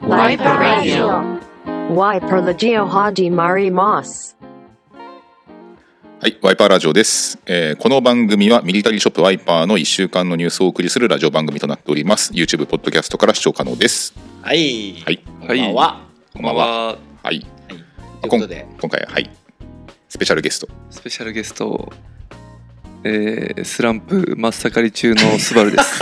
ワイパーラジオ Why Perlagio Haji Mari Moss? はい、ワイパーラジオです、えーこの番組はミリタリーショップワイパーの1週間のニュースをお送りするラジオ番組となっております。YouTube、ポッドキャストから視聴可能です。はい。はい、こんばんは。ここんんばばんんは。は。はい、ということで、今回は、はい、スペシャルゲスト。スペシャルゲスト、えー、スランプ真っ盛り中のスバ ルです。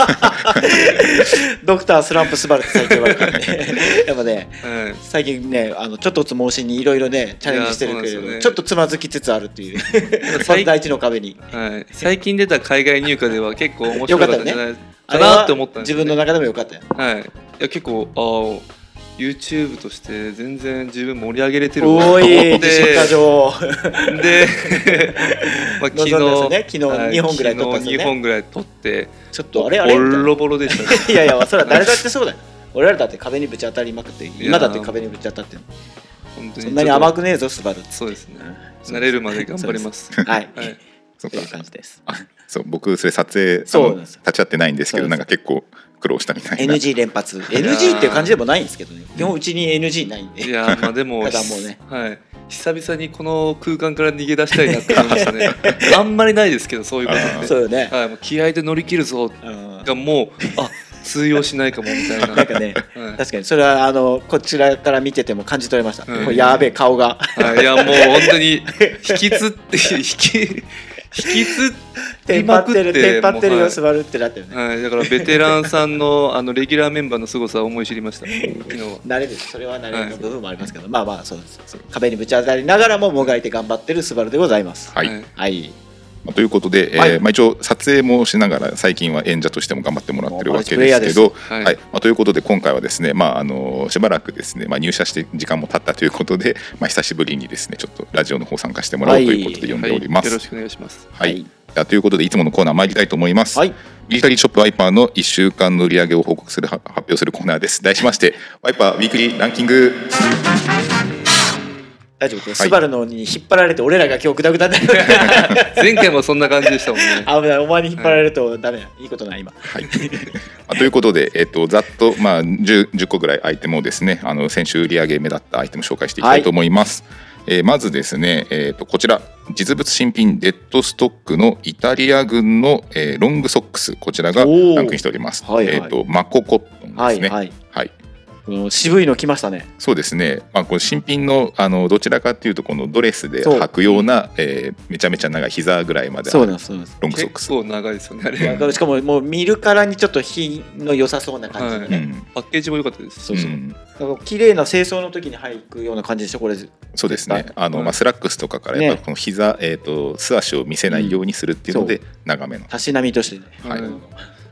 ドクタースランプスバルって最近言われてるんでやっぱね、うん最近ね、あのちょっとつ申しにいろいろね、チャレンジしてるけれいやそうなんど、ですよねちょっとつまずきつつあるっていう、まず最第一の壁に。はい、最近出た海外入荷では結構面白かったんじゃないあかれはなって思ったんです自よ分ねの中でもよかったよ。はい、いや結構ああ YouTube として全然自分盛り上げれてるわと思おっい、て出荷場。で、 まあ、昨日望んだやつね昨日はい二本ぐらい撮ったんですよね昨日二本ぐらい撮ってちょっとあれあれボみたいなロボロでしたねいやいや、それは誰だってそうだよ。俺らだって壁にぶち当たりまくって、今だって壁にぶち当たってる、本当にそんなに甘くくねえぞ、スバルっつって。そうですねうん慣れるまで頑張りますそうですはい。はいそうとかいう感じです。そう僕、それ撮影、あのそうなんですよ立ち会ってないんですけそど、うでなすんか結構苦労したみ たいな。 NG 連発 NG っていう感じでもないんですけどね基本うちに NG ないんいでやーまあでもただもうねはい、久々にこの空間から逃げ出したいなって思いまし たねあんまりないですけどそういうこあーとそうよっねて、はい、もう気合で乗り切るぞうんがもうあ通用しないかもみたい な、なはんかねい確かにそれはあのこちらから見てても感じ取れました、うんこれやべえ顔がはい、いやもう本当に引きつって引き引きつテりンパまっくてってる テンパってるもよう座るってなったよね、はい、はい、だからベテランさんのあのレギュラーメンバーの凄さを思い知りました昨日は慣れですそれは慣れの部分もありますけど、まあまあそうですそう壁にぶち当たりながらももがいて頑張ってるスバルでございますはい、はいはいまあということで、えーはいまあ、一応撮影もしながら最近は演者としても頑張ってもらってもうるわけマルチプレイでヤーすでけすど、ははいいまあ、ということで今回はですね、まあ、あのしばらくですね、まあ、入社して時間も経ったということで、まあ、久しぶりにですねちょっとラジオの方参加してもらおうということで呼んでおります。ははい、よろいしくお願いしますはいじゃあということでいつものコーナー参りたいと思います。はいミリタリーショップワイパーの1週間の売り上げを報告するは発表するコーナーです。題しましてワイパーウィークリーランキング大丈夫です、はスいバルのに引っ張られて俺らが今日グダグダになる前回もそんな感じでしたもん 危ねないお前に引っ張られるとダメだいいことない今はい、まあということで、えっとざっと、まあ、10, 10個ぐらいアイテムをですねあの先週売り上げ目立ったアイテム紹介していきたいと思います、えーまずですね、えっとこちら実物新品デッドストックのイタリア軍の、えーロングソックスこちらがおーランクインしております、はいはいえっとマココットンではすいねはいはいこの渋いの来ましたねそうですね、まあ、こう新品のあのどちらかというとこのドレスでそう履くようなえーめちゃめちゃ長い膝ぐらいまであそうるなんですそうなんですロングソック結ス、構長いですよねあれだからしかももう見るからにちょっと火の良さそうな感じでうね、んパッケージも良かったですそうそううんだから綺麗な清掃の時に履くような感じでしょこれそうですはねい。あの、はいまあ、スラックスとかからやっぱねこの膝、えっ、と素足を見せないようにするっていうので、う長めのたしなみとしてねはいうん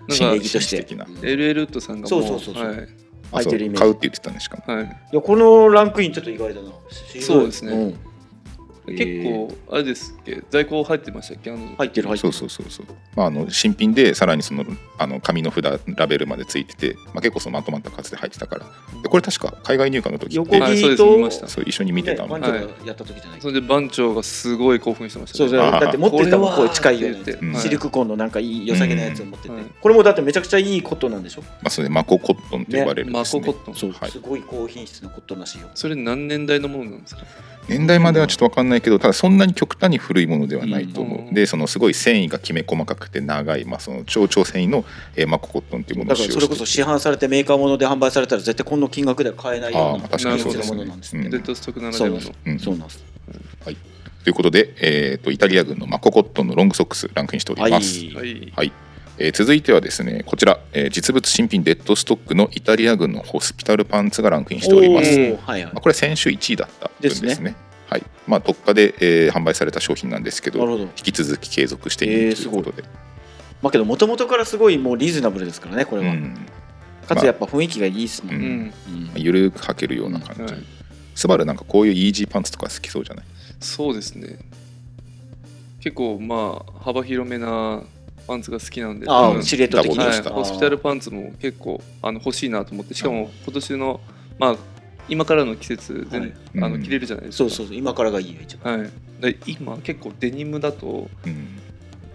新なん礼か儀として紳士的なうん LL ウッドさんがもそうそうそうそうはいあ履いそうてるイメージ買うって言ってたんでしかも。はいいやこのランクインちょっと意外だなそうですねん結構あれですっけ在庫入ってましたっけあの入ってる入ってそるうそうそうそう。まああの新品でさらにそのあの紙の札ラベルまでついてて、まあ結構そのまとまった数で入ってたから。でこれ確か海外入荷の時っ横て、は切いそりうですと、見ましたそう一緒に見てたもん。ねね番長がやった時じゃない、それで番長がすごい興奮してましたそうねそうあーだって持ってたもんこう近いようなやこれはーって言ってつシルクコンのなんかいい良さげなやつを持ってて、うんこれもだってめちゃくちゃいいコットンなんでしょ、まあそれマココットンって呼ばれるんでマすコね。コットンそうはいす。ごい高品質のコットンらしいよそれ何年代のものなんですか年代まではちょっとわかんないけど、ただそんなに極端に古いものではないと思う。うんで、そのすごい繊維がきめ細かくて長い、まあその超長繊維の、えーマココットンっていうものだをか使らそ用してれこそ市販されてメーカーもので販売されたら絶対この金額では買えないあよあうまあな確かにそうでなるほどすねものなんですねうんデッドストックならではのそううんそうなんですということで、えー、とイタリア軍のマココットンのロングソックスランクインしておりはいます、はいはいえー続いてはですねこちら、えー実物新品デッドストックのイタリア軍のホスピタルパンツがランクインしております、おーはいはいまあ、これは先週1位だった分ですねですはいまあ、特価で、えー販売された商品なんですけどなるほど引き続き継続しているえーということで、まあけどもともとからすごいもうリーズナブルですからねこれは、うんかつやっぱ雰囲気がいいですもん、ううんん、うんゆるく履けるような感じ、はいスバルなんかこういうイージーパンツとか好きそうじゃないそうですね結構まあ幅広めなパンツが好きなんであ多あ分シルエット的に、ダボはっい、としたホスピタルパンツも結構あの欲しいなと思ってしかも今年のまあ今からの季節全、はいあうのん着れるじゃないですそか、うそうそう今からがいいよ一番はい、で今結構デニムだと、うん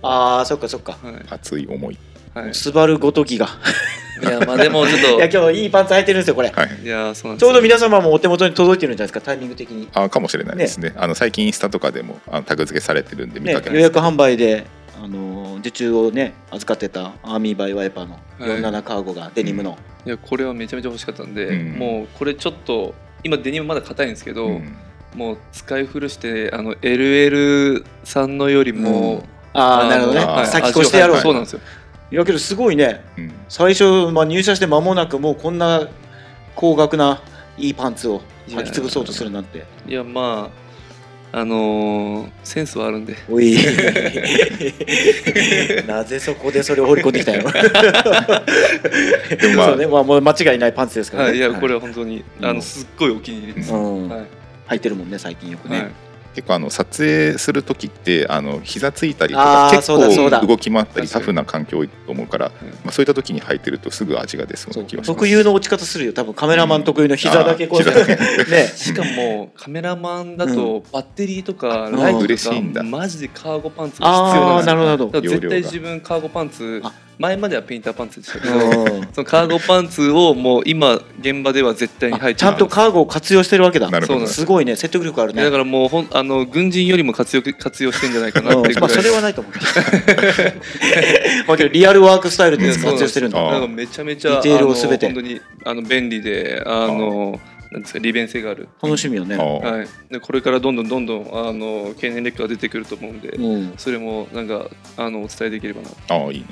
ああそっかそっかはい熱い思いはい、スバルごときが いやまあでもちょいっや今日いいパンツ履いてるんですよこれ、はいといやそうなんちょですうよど皆様もお手元に届いてるんじゃないですかタイミング的に、あかもしれないですねあの最近インスタとかでもあのタグ付けされてるんで見ねかけ、ます、予約販売で、あのー受注をね預かってたアーミーバイワイパーのはい47カーゴがデニムの、いやこれはめちゃめちゃ欲しかったんで、うんもうこれちょっと今デニムまだ硬いんですけど、うんもう使い古してあの LL さんのよりも、うんああなるほどねあー先越してやろう、はいいそうなんですよやけどすごいねうん最初、まあ、入社して間もなくもうこんな高額ないいパンツを履き潰そうとするなんていやまああのーセンスはあるんでお いなぜそこでそれを放り込んでき たんやろでもまあそうね、まあ、もう間違いないパンツですからはい、いね、やこれは本当に、うんあのすっごいお気に入りです、うんはい履いてるもんね最近よくね、はい結構あの撮影する時ってあの膝ついたりとあかー結そうだそうだ構動き回ったり確タかにフな環境多いと思うから、まあ、そういった時に履いてるとすぐ味が出そうそなう気がします特有の落ち方するよ多分カメラマン特有の膝だけこうあー膝だけねしかもカメラマンだとバッテリーとかうんライト嬉しいとんかだマジでカーゴパンツが必要なんあであすなよるほどだから絶容量対が自分カーゴパンツあ前まではペインターパンツでしたけどうんそのカーゴパンツをもう今現場では絶対に履いあてちゃんとカーゴを活用してるわけだなるほどそうなんすごいね説得力あるねだからもうほんあの軍人よりも活用活用してんじゃないかなっていううんまぐらあそいれはないと 思うけどまあけどリアルワークスタイルでそう活用してるんだあーなんかめちゃめちゃディテールを全てあの本当にあの便利であのなんですか利便性がある、楽しみよねあーはい、でこれからどんどんどんどんあの経年劣化が出てくると思うんで、うんそれもなんかあのお伝えできればなあーいいね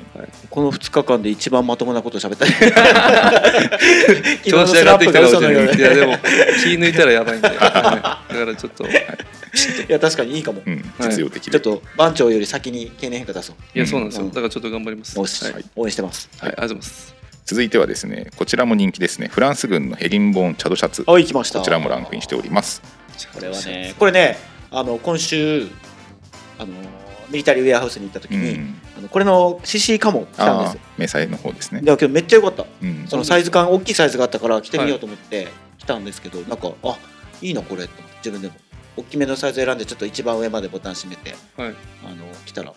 この2日間で一番まともなこと喋った 調子上がってきたら昨日のスラップが嘘のようだいやでも気抜いたらやばいんで、はいだからちょっといいや確かにいいかもうん、実用的ちょで、っと番長より先に経年変化出そうやそうなんですよ、うんだからちょっと頑張りますよはい、しはい、あり応援してますがとうございます続いてはですねこちらも人気ですねフランス軍のヘリンボーンチャドシャツこはい来ましたちらもランクインしておりますこれはねこれねあの今週あのミリタリーウェアハウスに行った時うに、んあのこれの CC カモ来たんであすよー迷彩の方ですねだけどめっちゃ良かったうんそのサイズ感大きいサイズがあったから着てみようと思って来たんですけど、なんかあいいなこれと思って自分でも大きめのサイズ選んでちょっと一番上までボタン閉めてはいあの着たら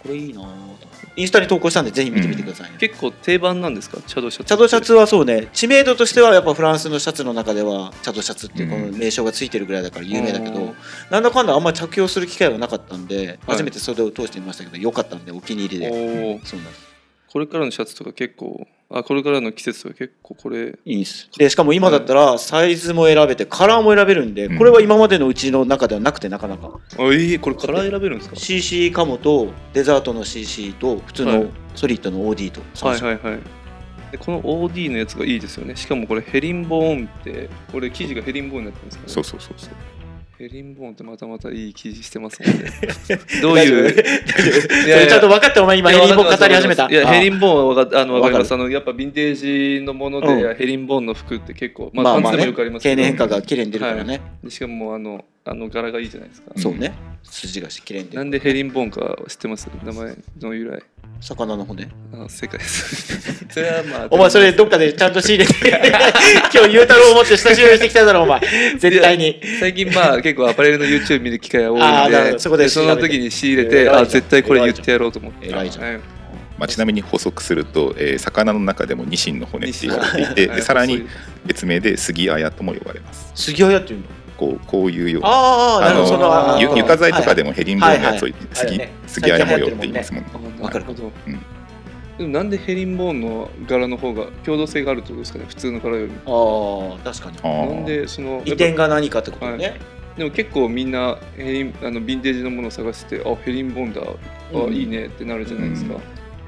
これいいなと思ってインスタに投稿したんでぜひ見てみてくださいね、結構定番なんですかチャドシャツチャドシャツはそうね知名度としてはやっぱフランスのシャツの中ではチャドシャツっていうこの名称がついてるぐらいだから有名だけど、うんなんだかんだあんまり着用する機会はなかったんで、はい初めて袖を通してみましたけど良かったんでお気に入りおでーそうなんですこれからのシャツとか結構あこれからの季節とか結構これいいんですでしかも今だったらサイズも選べてカラーも選べるんでこれは今までのうちの中ではなくてなかなかあいいこれカラー選べるんですか CC カモとデザートの CC と普通はのいソリッドの OD と、はいはいはいでこの OD のやつがいいですよねしかもこれヘリンボーンってこれ生地がヘリンボーンになってるんですかねそうそうそうそうヘリンボーンってまたまたいい生地してますも んねどういう大丈いそ れちゃんと分かったお前今ヘリンボー語り始めたいやあヘリンボーンはわかあのわかりまわかすあのやっぱヴィンテージのもので、うヘリンボーンの服って結構まあ、まあまパンあツでもねよくあります経けど、年変化が綺麗に出るからね、でしかもあのあの柄がいいじゃないですか、うんそうね筋がし綺麗に出なるんでヘリンボーンか知ってます名前の由来魚の骨あ正解です それはまあお前それどっかでちゃんと仕入れ て今日ゆうたろうを持って親しみしてきただろお前絶対に最近まあ結構アパレルの YouTube 見る機会が多あいーんなるほでどそこで調そべての時に仕入れ偉いてじゃんあ絶対これ言ってやろうと思って偉いじゃんはいまあ、ちなみに補足すると、えー魚の中でもニシンの骨って言われていてはいでさらそうにいう別名で杉あやとも呼ばれます杉谷っていうのこうこういうようなああなるほどそのあのあゆー床材とかはいでもヘリンボーンのやつをはい杉あるね杉あやも寄っていますもんねあわかるなほど、うんでもなんでヘリンボーンの柄の方が共同性があるってことですかね普通の柄よりはいあー確かにあーなんでその移転が何かってことね、やっぱでも結構みんなヘリンあのヴィンテージのものを探してあヘリンボーンだあ、うんいいねってなるじゃないですか、うん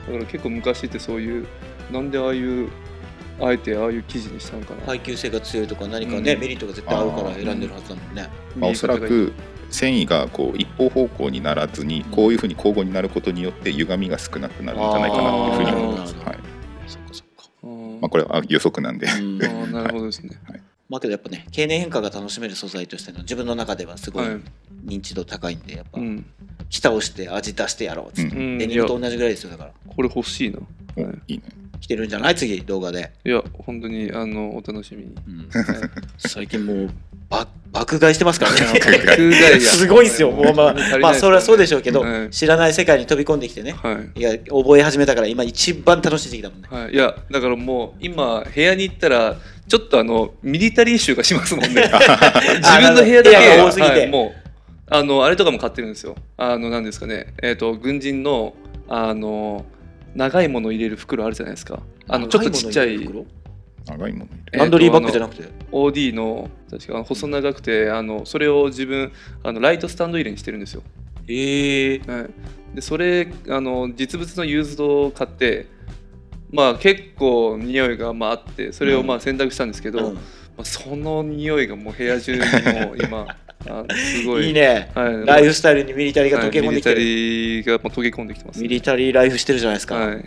だから結構昔ってそういうなんでああいうあえてああいう生地にしたのかな、耐久性が強いとか何かね、うんメリットが絶対あるから選んでるはずだもんね、まあ、おそらく繊維がこう一方方向にならずにこういうふうに交互になることによって歪みが少なくなるんじゃないかなっていうふうに思います、あーはいそっかそっかあーまあ、これは予測なんで、 うんあーなるほどですね、まあけどやっぱね経年変化が楽しめる素材としての自分の中ではすごいはい認知度高いんでやっぱうん着倒して味出してやろうっつって、うんうんデニいやムと同じぐらいですよだからこれ欲しいな、おはいいね着てるんじゃない次動画で、 いや本当にあのお楽しみにうんはい最近もうば爆買いしてますからね。爆買爆買いやすごいですよ。もうまあ本当に足りないですからねまあそれはそうでしょうけど、はい知らない世界に飛び込んできてね。はいいや覚え始めたから今一番楽しい時期だもんね。はい、いやだからもう今部屋に行ったらちょっとあのミリタリー臭がします もんね自分の部屋だけ部屋が多すぎてはいもうあのあれとかも買ってるんですよあの何ですかねえっ、と軍人のあの長いもの入れる袋あるじゃないですかあのちょっとちっちゃい、長もの入れる長いものえ袋ランドリーバッグじゃなくなくて。 OD の確かあの細長くてあのそれを自分あのライトスタンド入れにしてるんですよええはい、でそれあの実物のユーズドを買ってまあ結構匂いがまああってそれをまあ選択したんですけど、うまんあ、その匂いがもう部屋中にも う今あのすごいいいね。はい、ライフスタイルにミリタリーがはい溶け込んでミリきてタる。リーがもう溶け込んできてます、ミリタリーライフしてるじゃないですか。はい、も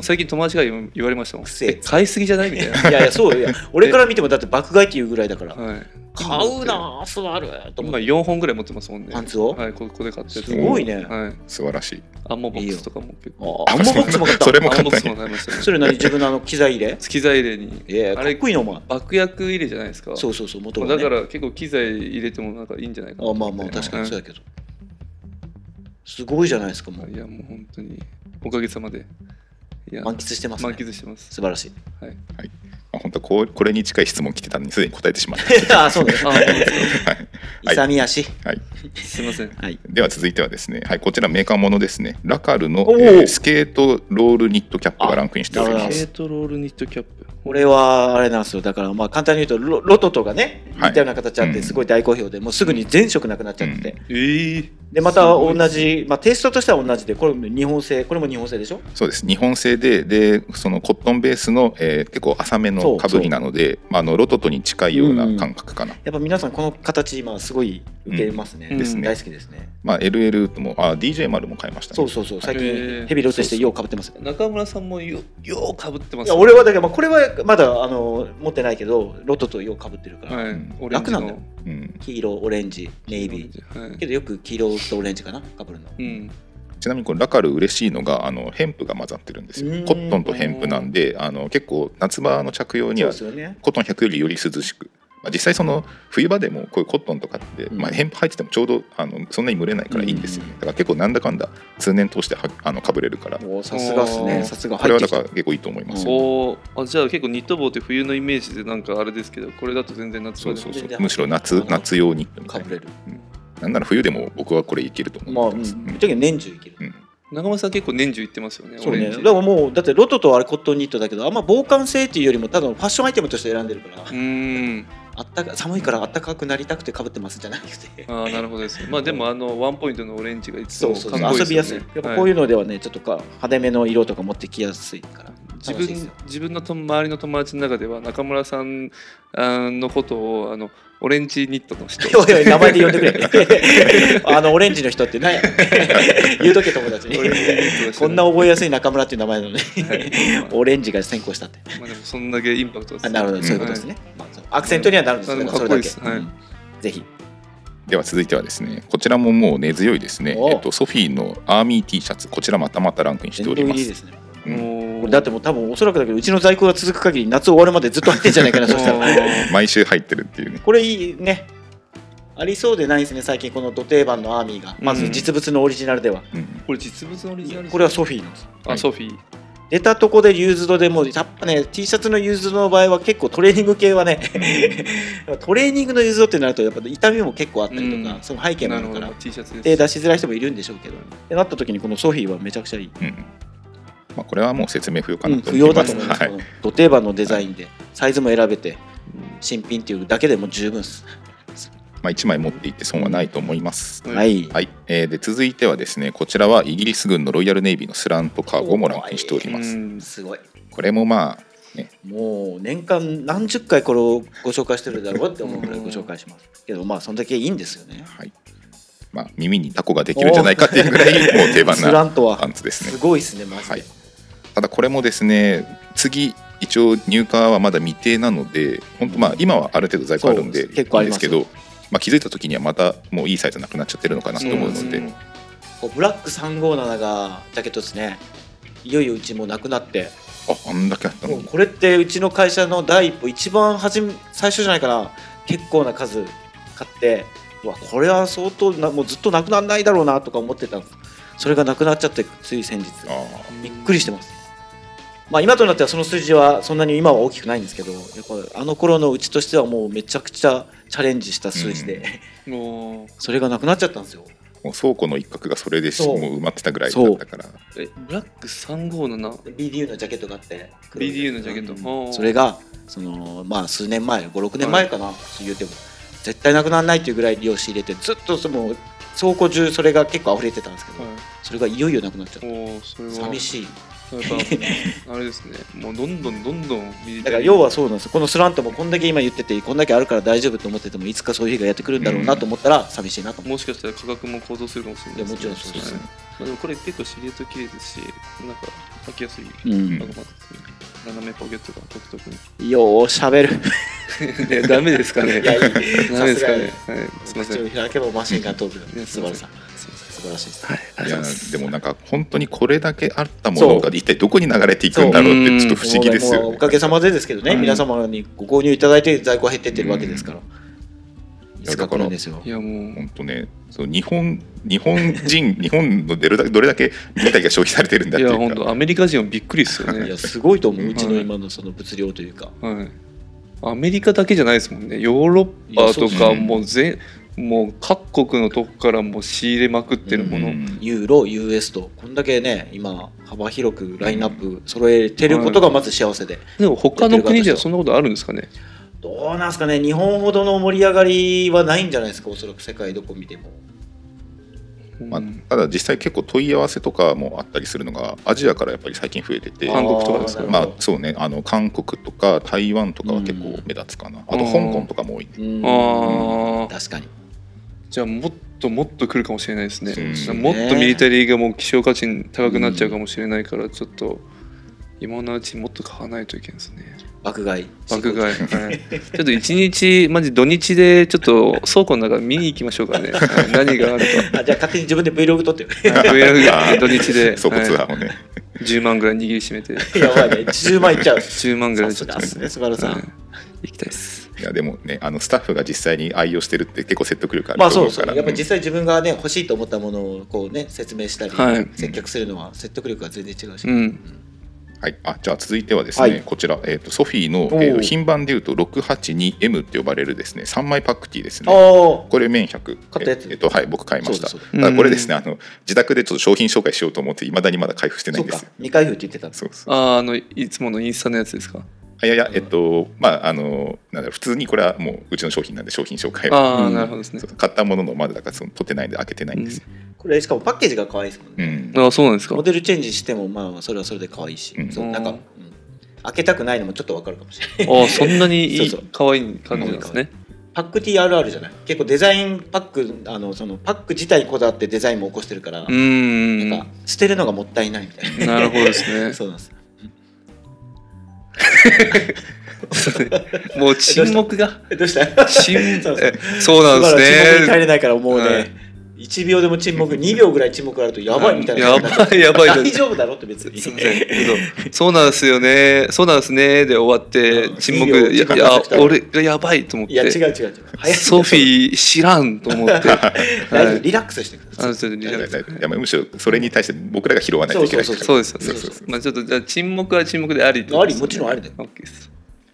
う最近友達が言言われましたもんくせええ買いすぎじゃないみた いないやいや、そういや、俺から見てもだって爆買いっていうぐらいだから、はい、買うなぁ、座ると思今って、 4本ぐらい持ってますもんねパンツをはい、ここで買ってすごいねはい、素晴らしいアンモボックスとかも結構ああんまボックスも買った そ。れもアンモ簡ボ単ックスも に買いましたねそれ何自分のあの機材入れ月材入れにいやいやあかれっこいいの、お前。爆薬入れじゃないですかそうそうそう、元まあ々だねから結構機材入れてもなんかいいんじゃないかなあまあまあ、確かにそうやけど。すごいじゃないですか、もう。いやもう本当におかげさまでいや満喫してます、満ね。喫してます 素晴らしい。あ本当こうこれに近い質問来てたのにすでに答えてしまったあ、そうね。あ本当ですはいはい勇み足。かすいませんでは続いてはですね、はい、こちらメーカーものですねラカルのお、ーえースケートロールニットキャップがランクインしておりあなまるすほヘイトロールニットキャップ俺はあれなんですよ。だからまあ簡単に言うとロ、ロトとかね、はい似たような形あっうんて、すごい大好評で、もうすぐに全色なくなっちゃってて。うええで、また同じ、まあテイストとしては同じで、これも日本製、これも日本製でしょそうです日本製ででそのコットンベースの、えー結構浅めそのうかぶりなので、まあ、あのロトとに近いような感覚かな、やっぱ皆さんこの形今すごい受けますね、うんですね大好きですね、まあ、LL ともあ DJ 丸も買いましたねそうそうそう最へ近ーヘビロテしてようかぶってますよ中村さんもよようかぶってまいすや俺はだけどまあこれはまだあの持ってないけどロトとようかぶってるから、はいうんオレン楽ジのなんだようん、黄色オレンジネイビーはいけどよく黄色とオレンジかなかぶるのうんちなみにこのラカル嬉しいのがあのヘンプが混ざってるんですようんコットンとヘンプなんであの結構夏場の着用にそうはですよねコットン100よりより涼しく、まあ、実際その冬場でもこういうコットンとかって、うんまあ、ヘンプ入っててもちょうどあのそんなに蒸れないからいいんですよね、だから結構なんだかんだ通年通してはあのかぶれるからおーさすがっすおねーさすがこ入れっはてだきたから結構いいと思います、うんおーあじゃあ結構ニット帽って冬のイメージでなんかあれですけどこれだと全然夏そう場でもそう全そう然むしろ夏夏用にみたかいなぶれるなんなら冬でも僕はこれいけるとまあ思うんってます、うん時に年中いけるうん中村さん結構年中行ってますよねそうオねレンだジからもうだってロトとあれコットンニットだけどあんま防寒性っていうよりもただのファッションアイテムとして選んでるから、うーんあったか寒いからあったかくなりたくてかぶってますじゃなくてああなるほどですね。まあでもあのワンポイントのオレンジがいつそもうそかうそうっこいい遊びでやすすよいね。。やっぱこういうのではね、ちょっとか派手めの色とか持ってきやすいから。自楽しいです分よ自分のと周りの友達の中では中村さんあのことをあのオレンジニットの人おいおい、名前で呼んでく れ。あの、オレンジの人ってね、言うとけ友達にオレンジニットの。人 こんな覚えやすい中村っていう名前なのに、オレンジが先行したって。まあでもそんだけインパクトですあねなるほど、そういうことですね。まあそうアクセントにはなるんですけど、まあそでもれかっだこいいでけすはい。うんぜひ。では続いてはですねこちらももう根強いですね、おえっと、ソフィーのアーミー T シャツこちらまたまたランクインしてお殿堂入りまりすですね。うもんうこれだってもう多分おそらくだけど、うちの在庫が続く限り夏終わるまでずっと入ってんじゃないかな、そしたら。毎週入ってるっていうねこれいいね。ありそうでないですね、最近この土定番のアーミーが。まうずん実物のオリジナルでは。うんこれ実物のオリジナルですね。これはソフィーなんです。あソフィー。出たとこでユーズドでもうやっぱね T シャツのユーズドの場合は結構トレーニング系はね トレーニングのユーズドってなるとやっぱ痛みも結構あったりとか、うんその背景もあなるるほかどら T シャツ手です。出しづらい人もいるんでしょうけどってなった時にこのソフィーはめちゃくちゃいい、うんまあ、これはもう説明不要かうなんと不思い要だまとす、思います、はいこのド定番のデザインでサイズも選べて新品っていうだけでも十分です、まあ、1枚持っていって損はないと思います。うんはい、はいえーで続いてはですねこちらはイギリス軍のロイヤルネイビーのスラントカーゴもランクインしておりまうす。んすごいこれもまあもう年間何十回これをご紹介してるだろうって思うぐらいご紹介しますけどまあそんだけいいんですよねはいまあ、耳にタコができるんじゃないかっていうぐらいもう定番スラなントはパンツですすね。ごいですねマジで、はい、ただこれもですね次一応入荷はまだ未定なので本当まあ今はある程度在庫あるんでそう結構あいいりんでますすけど、まあ、気づいた時にはまたもういいサイズなくなっちゃってるのかなと思うので、うんこうブラック357がジャケットですねいよいようちもうなくなってああんだけあったのもうにこれってうちの会社の第一歩一番初め最初じゃないかな結構な数買ってうわこれは相当なもうずっとなくならないだろうなとか思ってたんですそれがなくなっちゃってつい先日あーびっくりしてますまあ今となってはその数字はそんなに今は大きくないんですけどやっぱあの頃のうちとしてはもうめちゃくちゃチャレンジした数字で、うんも それがなくなっちゃったんですよもう倉庫の一角がそれでしそもうう埋まってたぐらいだったからうえブラック357 BDU のジャケットがあって黒い BDU のジャケット、うんあーそれがそのまあ数年前56年前かな、言うても絶対なくならないっていうぐらい利用し入れてずっとその倉庫中それが結構溢れてたんですけど、はいそれがいよいよなくなっちゃったおおそれは寂しいやっぱあれですねもうどんどんどんどんだから要ははそうなんですよこのスラントもこんだけ今言っててこんだけあるから大丈夫と思っててもいつかそういう日がやってくるんだろうなと思ったら寂しいなと思もしかしたら価格も高騰するかもしれないいやもちろんそうですねはいまあ、でもこれ結構シルエット綺麗ですしなんか履きやすい、う、うんなんかまあ斜めポケットが独特にようしゃべる いやダメですかねい やいいダメですかねはいすいませ口んを開けばマシンが飛ぶいやす素い晴まらしせいんす素晴いませんらしいですはいあいりやがとうございますでもなんか本当にこれだけあったものが一体どこに流れていくんだろうっそうてちょっと不思議ですよもうねおかげさまでですけどね、うん皆様にご購入いただいて在庫は減ってってるわけですから、んいつか来るんですよいやもう本当ねそう日本日本人日本のどれだけどれだけ人体が消費されてるんだっいていうやか本当アメリカ人はびっくりですよい ねやすごいと思う、うんうちの今のその物量というか、はいアメリカだけじゃないですもんねヨーロッパといやそうですねかもう全もう各国のとこからもう仕入れまくってるもの、うんユーロ US とこんだけね今幅広くラインナップ揃えてることがまず幸せで、でも他の国ではそんなことあるんですかねどうなんですかね日本ほどの盛り上がりはないんじゃないですかおそらく世界どこ見てもまあうん、ただ実際結構問い合わせとかもあったりするのがアジアからやっぱり最近増えててあ韓国とかですかあーなるまほあどそうねあの韓国とか台湾とかは結構目立つかな、あと香港とかも多いね、うんああ確かにじゃあもっともっと来るかもしれないですねそうですねもっとミリタリーがもう希少価値高くなっちゃうかもしれないから、ちょっと今のうちもっと買わないといけないですね爆買い爆買い、はい、ちょっと一日マジ土日でちょっと倉庫の中見に行きましょうかねはい何があるあじゃあ勝手に自分で Vlog 撮ってるかはい Vlog 土日 で、倉庫ツアはーもね、い、10万ぐらい握りしめて やばいね10万いっちゃう10万ぐらさいちすょっがと、ですね素晴らしい、はい行きたいですいやでもねあのスタッフが実際に愛用してるって結構説得力あるまあとそう思でうすかよら、ねやっぱり実際自分がね欲しいと思ったものをこうね説明したり、はい接客するのは説得力が全然違うし、うんはい、あじゃあ続いてはですね、はいこちら、えー、とソフィーの、おーえー品番でいうと 682M って呼ばれるですね3枚パックティーですねおーこれ麺100買ったやつえーとはい僕買いましたそうだそうだただこれですねあの自宅でちょっと商品紹介しようと思っていまだにまだ開封してないそうんでかす未開封って言ってたんですそうそうあーあのいつものインスタのやつですかあいやいやえっ、とまああのなんだろう普通にこれはもううちの商品なんで商品紹介をああ、うんなるほどですねそうそう買ったもののまだだからその取ってないんで開けてないんですよ、これしかもパッケージが可愛いですもんうね、んああそうなんですかモデルチェンジしてもまあそれはそれで可愛いし、うんそうなんか、ううんん開けたくないのもちょっとわかるかもしれないああそんなにいい そうそう可愛い感じなんですね。パック TRR じゃない結構デザインパックあのそのパック自体にこだわってデザインも起こしてるから、うーんなんか捨てるのがもったいないみたいななるほどです そうなんですね。も う沈 黙がえどう した 沈そうそうえそうなんしばらく沈で黙すに帰ね。れないからもうね、はい1秒でも沈黙2秒ぐらい沈黙があるとやばいみたいなやばいやばい大丈夫だろって別にすみません。嘘そうなんですよね。そうなんですねで終わってうん沈黙。いいよいや時い間やなくても俺がやばいと思っいや違うて。違う違う早いソフィー知らんと 思って。大丈は夫い。リラックスしてくださあのいちょっとリいラやックいスやいやむしろそれに対して僕らが拾わないといけないからそうそうですよね。そうそうそうまあちょっとじゃあ沈黙は沈黙でありってことでありすね。もちろんありだよ OK です。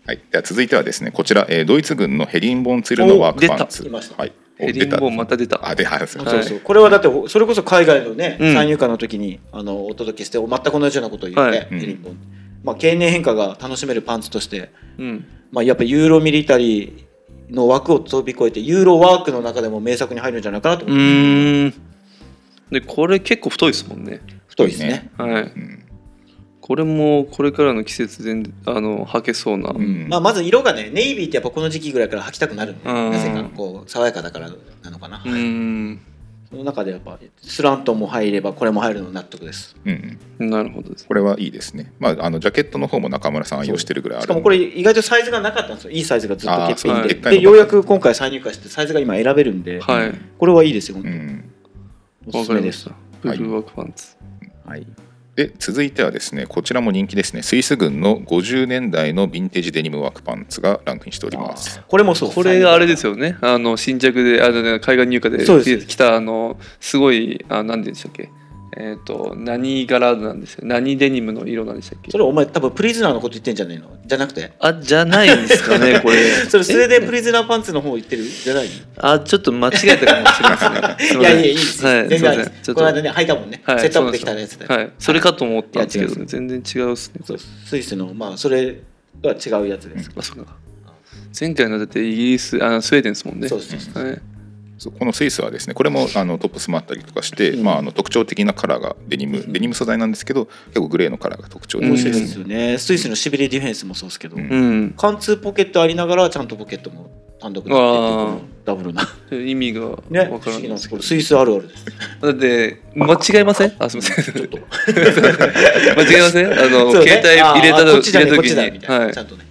はい、では続いてはですねこちら、えードイツ軍のヘリンボーンツィルのワークパンツお出た来ましたはい、おヘリンボーンまた出た。あ出たそうそうそそううこれはだってそれこそ海外のね、うん参入歌の時にあのお届けして全く同じようなことを言って、はいうんヘリンボーンまあ、経年変化が楽しめるパンツとして、うん。まあ、やっぱユーロミリタリーの枠を飛び越えてユーロワークの中でも名作に入るんじゃないかなとう思って、ーんでこれ結構太いですもんね太いですね、はいうんこれもこれからの季節全あの履けそうな、うんまあ、まず色がねネイビーってやっぱこの時期ぐらいから履きたくなるんでうんなぜかこう爽やかだからなのかな、うーんその中でやっぱスラントも入ればこれも入るの納得ですうんうんなるほどですこれはいいですね、まあ、あのジャケットの方も中村さん愛用してるぐらいあしるかもこれ意外とサイズがなかったんですよいいサイズがずっと欠あー品そでうはいでようやく今回再入荷してサイズが今選べるんで、はいこれはいいですよ、うんおすわすかめりでましすたブルーワークパンツ、はいで続いてはですねこちらも人気ですねスイス軍の50年代のヴィンテージデニムワークパンツがランクインしておりますこれもそうこれがあれですよよねあの新着であのね海外入荷でそうです来たあのすごいあ何でしたっけえっ、と何柄なんですよ何デニムの色なんでしたっけそれお前多分プリズナーのこと言ってんじゃないのじゃなくてあじゃないんですか ねこれそれスウェーデンプえリズナーパンツの方言ってるじゃないあちょっと間違えたかもしれない ですねいやいやいいです、はい全すい然まありせでんちすこょっとの間ね履いたもんね、はいセットアップできたやつで、はいそれかと思ったんですけいど、や違ね、全然違うっすねそうスイスのまあそれとは違うやつです、あそうか前回のだってイギリスあスウェーデンですもんねそうそうそうはいそうこのスイスはですねこれもあのトップスもあったりとかして、うんまあ、あの特徴的なカラーがデニム、うんデニム素材なんですけど結構グレーのカラーが特徴面的白でいですすね、よねスイスのしびれディフェンスもそうですけど、うんうん貫通ポケットありながらちゃんとポケットも単独であーダブルな意味がねわ 不か思らない議なんんでですすけけどどスイスあるあるですだって間違えませんあすみません ちょっと間違えませんあの、そうね携帯入れたあーとこっちだねこっ時ちに、だみたいな、はいちゃんとね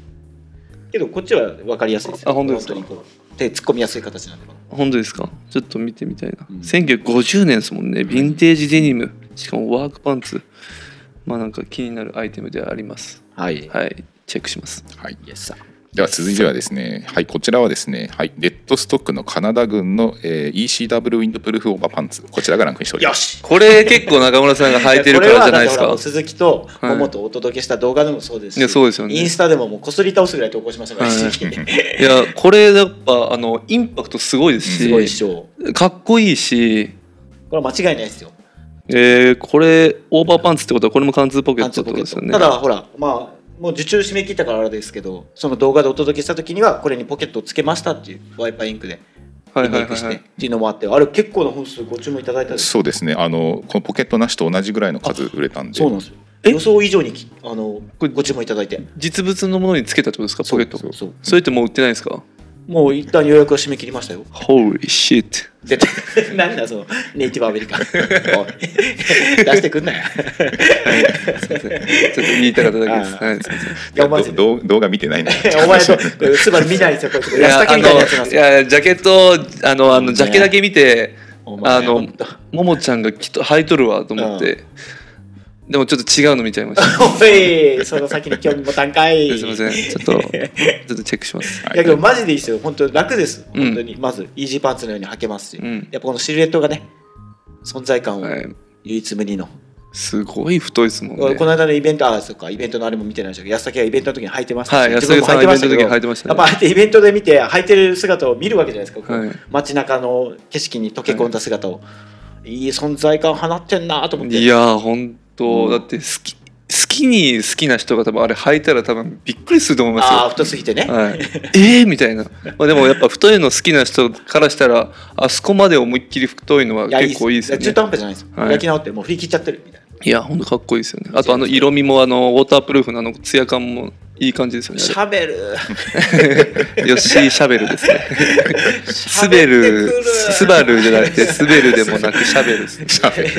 けどこっちは分かりやすいですよあ本当ですかにこう手突っ込みやすい形なんで本当ですかちょっと見てみたいな、うん1950年ですもんねヴィンテージデニムしかもワークパンツまあなんか気になるアイテムではありますはいはいチェックしますはい、イエスさんでは続いてはですね、はい、こちらはですね、はい、レッドストックのカナダ軍の、えー ECW ウィンドプルーフオーバーパンツこちらがランクインしておりよます。しこれ結構中村さんが履いてるからじゃないでこれはだってほす から鈴木と桃とお届けした動画でもそうですし、いやそうですよねインスタでももうこすり倒すぐらい投稿しましたから、はい鈴木いやこれやっぱあのインパクトすごいですし すごい一生こかっこいいしれは間違いないですよえー、これオーバーパンツってことはこれも貫通ポケッパントツってポこケッとですよト、ねただほらまあもう受注締め切ったからあれですけどその動画でお届けした時にはこれにポケットをつけましたっていうワイパーインクではリいメはいイクはいして、はいっていうのもあってあれ結構な本数ご注文いただいたんですそうですねあのこのポケットなしと同じぐらいの数売れたんでそうなんですよえ予想以上にきあのこれご注文いただいて実物のものにつけたってことですかポケットそうそうそれってもう売ってないですかもう一旦予約は締め切りましたよ Holy shit 絶対 なんだそのネイティブアメリ カンおい出してくんなよすいませんちょっと言いたかっただけですあーはいす いませんいやお前ですよ動動画見てないな お 前とスバル見ないですよこいついや安あ竹みたいなやつなんでのいすよやジャケットをあのあのねジャケだけ見てお前あの本当ももちゃんがきっと履いとるわと思ってでもちょっと違うの見ちゃい ましたおいその先に興味持たんかいすいませんちょっとちょっとチェックしますいやけどマジでいいですよ本当楽ですうん本当に、まずイージーパンツのように履けますし、うんやっぱこのシルエットがね存在感をはい唯一無二の、すごい太いですもんねこの間のイベントあそうかイベントのあれも見てないでしたけど安崎がイベントの時に履いてましたし、はい安竹さ自ん分もはイベントの時に履いててましたやっぱねああえてイベントで見て履いてる姿を見るわけじゃないですか、こうはい街中の景色に溶け込んだ姿を、い、い存在感放ってんなと思っていやー本当、うんだって好き好きに好きな人が多分あれ履いたら多分びっくりすると思いますよああ太すぎてね、 はい、えー、みたいな、まあ、でもやっぱ太いの好きな人からしたらあそこまで思いっきり太いのは結構いいですよや中ね途半端じゃないですよ、はい焼き直ってもう振り切っちゃってるみたいないやほんとかっこいいですよねあとあの色味もあのウォータープルーフのあのツヤ感もいい感じですよねシャベルあれヨッシーシャベルで すねス喋っベてくルるスバルじゃなくてスベルでもなくシャベルですねしゃべる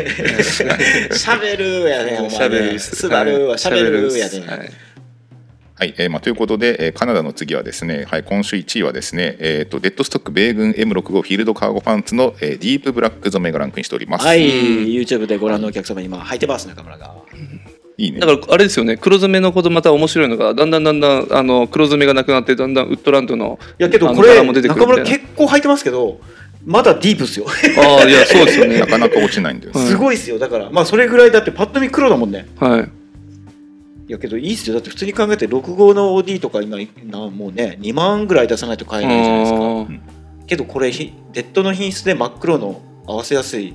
しゃべるやね、お前ね。シャベルですスバルはしゃべるやシャベルですはね。いはい、えーまあ、ということで、えーカナダの次はですね、はい、今週1位はですね、えー、とデッドストック米軍 M65 フィールドカーゴパンツの、えーディープブラック染めがランクインしております。はい、い YouTube でご覧のお客様、今、履いてます、中村が。いねだからあれですよね黒染めのことまた面白いのがだんだんだんだんあの黒染めがなくなってだんだんウッドランドのいや、けあどのこれ、柄も出てくる中みたいな村結構履いてますけど、まだディープっすよ。ああいやそうで すよねなかなか落ちないんだよね。うんすごいっすよ。だから、まあ、それぐらいだって、パッと見黒だもんね。はいいや、けどいいっすよ。だって、普通に考えて、65の OD とか今、なもうね、2万ぐらい出さないと買えないじゃないですか。あーけど、これ、ひデッドの品質で真っ黒の合わせやすい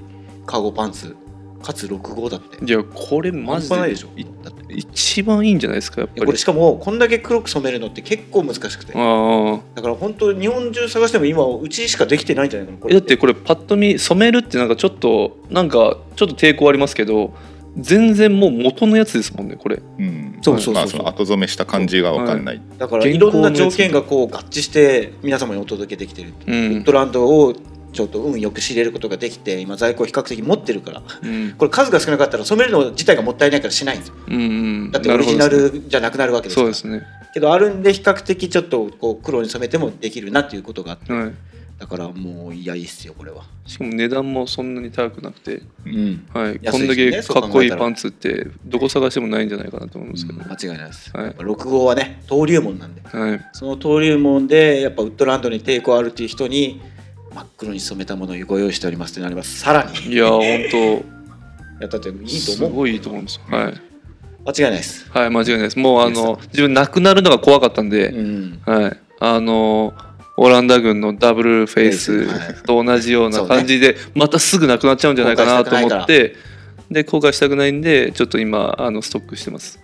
カーゴパンツ、かつ65だって。いやこれマジ半端ないででしょ。いだって一番いいんじゃないですかやっいぱやこりれしかもこんだけ黒く染めるのって結構難しくてああだから本当日本中探しても今うちしかできてないんじゃないかなこえれだってこれパッと見染めるってなんかちょっとなんかちょっと抵抗ありますけど全然もう元のやつですもんねこれうんそうそうそうそうまあその後染めした感じが分かんない。だから現い行ろのんやなつ条件がこう合致して皆様にお届けできてる、うウんッドランドをちょっと運よく仕入れることができて今在庫を比較的持ってるからうんこれ数が少なかったら染めるの自体がもったいないからしないんですようんうんだってオリジナなるほどですねルじゃなくなるわけですかそうらですねけどあるんで比較的ちょっとこう黒に染めてもできるなっていうことがあってはいだからもう嫌いっすよこれはしかも値段もそんなに高くなくて、うんはい、安こんいだですねけかっこいいそう考えたらパンツってどこ探してもないんじゃないかなと思うんですけど、間違いないです、はいやっぱ6号はね登竜門なんではい、その登竜門でやっぱウッドランドに抵抗あるっていう人に真っ黒に染めたものをご用意しておりますってなりますさらにいやー本やったってい当いすと思うごいいいと思うんですよは間い、違いないですはい、間違いないですもうあの自分なくなるのが怖かったんで、うんはい、あのオランダ軍のダブルフェイスはいと同じような感じで、またすぐなくなっちゃうんじゃないかなと後悔したくないか思らってで後悔したくないんでちょっと今あのストックしてます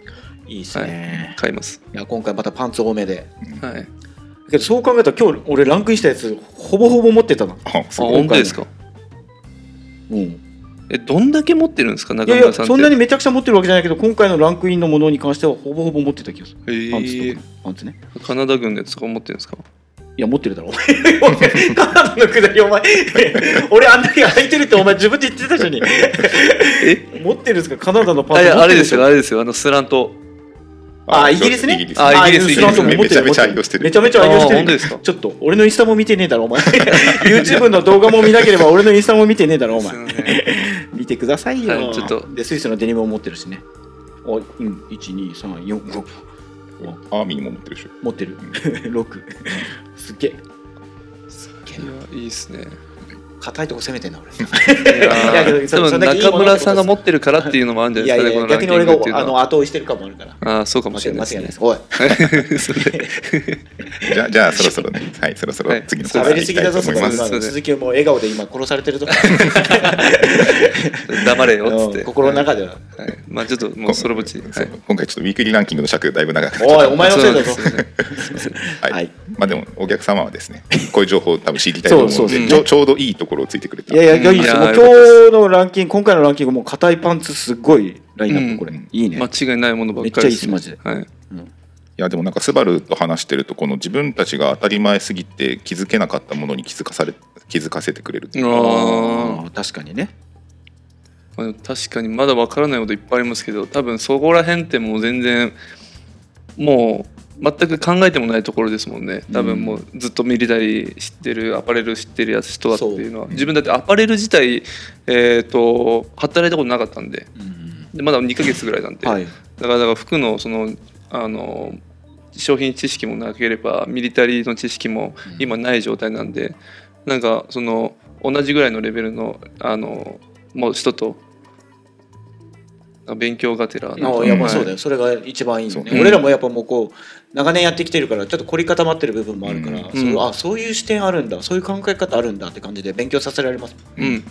いいですね、買いますい、や今回またパンツ多めではいあけどそう考えたら今日俺ランクインしたやつほぼほぼ持ってたのあそう今回本当もですかうんえどんだけ持ってるんですかい中やいや村さんってそんなにめちゃくちゃ持ってるわけじゃないけど今回のランクインのものに関してはほぼほぼ持ってた気がするえパンツーとかパンツねカナダ軍のやつとか持ってるんですかいや持ってるだろ お前お前カナダのくだりお前俺あんだけ空いてるってお前自分で言ってたじゃにえ持ってるんですかカナダのパンあツいや持あってれるですよあれですよあのスラントあイギリスねイギリスあねイギリスあスラントも持ってるめちゃめちゃ愛用してるめちゃめちゃ愛用してある本当ですかちょっと俺のインスタも見てねえだろお前 YouTube の動画も見なければ俺のインスタも見てねえだろお前すいません見てくださいよ、はいちょっとでスイスのデニムも持ってるしねおうん12345アーミーも持ってるでしょ持ってる 6すっげえすっげえないやいいっすね硬いとこ攻めてんな俺いやけーどそ多そ分んだけいい中ものだと思村さいますんが持ってるからっていうのもあるんじゃいなやいいですかやねいこやのラ逆ンキにングっ俺ていうがあののは後追いしてるかもあるからああそうかも間しれ違いな間い違ですいないねですおいそれじゃあじゃあそろそろねはいそろそろはい次のコーナ喋ーり行すきぎただいとぞ思そこいま今すそのうです鈴木はもう笑顔で今殺されてる と黙れよっつって心の中でははい、まあちょっともうそれぼっち、そはうい、今回ちょっとウィークリーランキングの尺だいぶ長くなっちゃっおいたお前のせいだぞそうなんですよねはいはいまあでもお客様はですねこういう情報を多分知りたいと思うのでそうそうそうちょちょうどいいところをついてくれたいやいや、いやうんいいですいもうやー今日のランキング、今回のランキング、もう硬いパンツ、すっごいラインナップ、これ、うんいいね。間違いないものばっめかりねっちゃいいっすはい、いやでもなんかスバルと話してるとこの自分たちが当たり前すぎて気づけなかったものに気づかされ 気づかせてくれるっていうかああー確かにね。あの確かにまだわからないこといっぱいありますけど多分そこら辺ってもう全然もう全く考えてもないところですもんね多分もうずっとミリタリー知ってるアパレル知ってるやつ人だっていうのはそう自分だってアパレル自体、えー、と働いたことなかったんででまだ2ヶ月ぐらいなんで、はい。だからだから服のそのあの商品知識もなければミリタリーの知識も今ない状態なんで、なんかその同じぐらいのレベルのあのもう人と勉強がてらなんかああいやまあはいそうだよ、それが一番いいよそうね。俺らもやっぱもうこう、長年やってきてるから、ちょっと凝り固まってる部分もあるから、うんそうあそういう視点あるんだ、そういう考え方あるんだって感じで勉強させられます。うんうん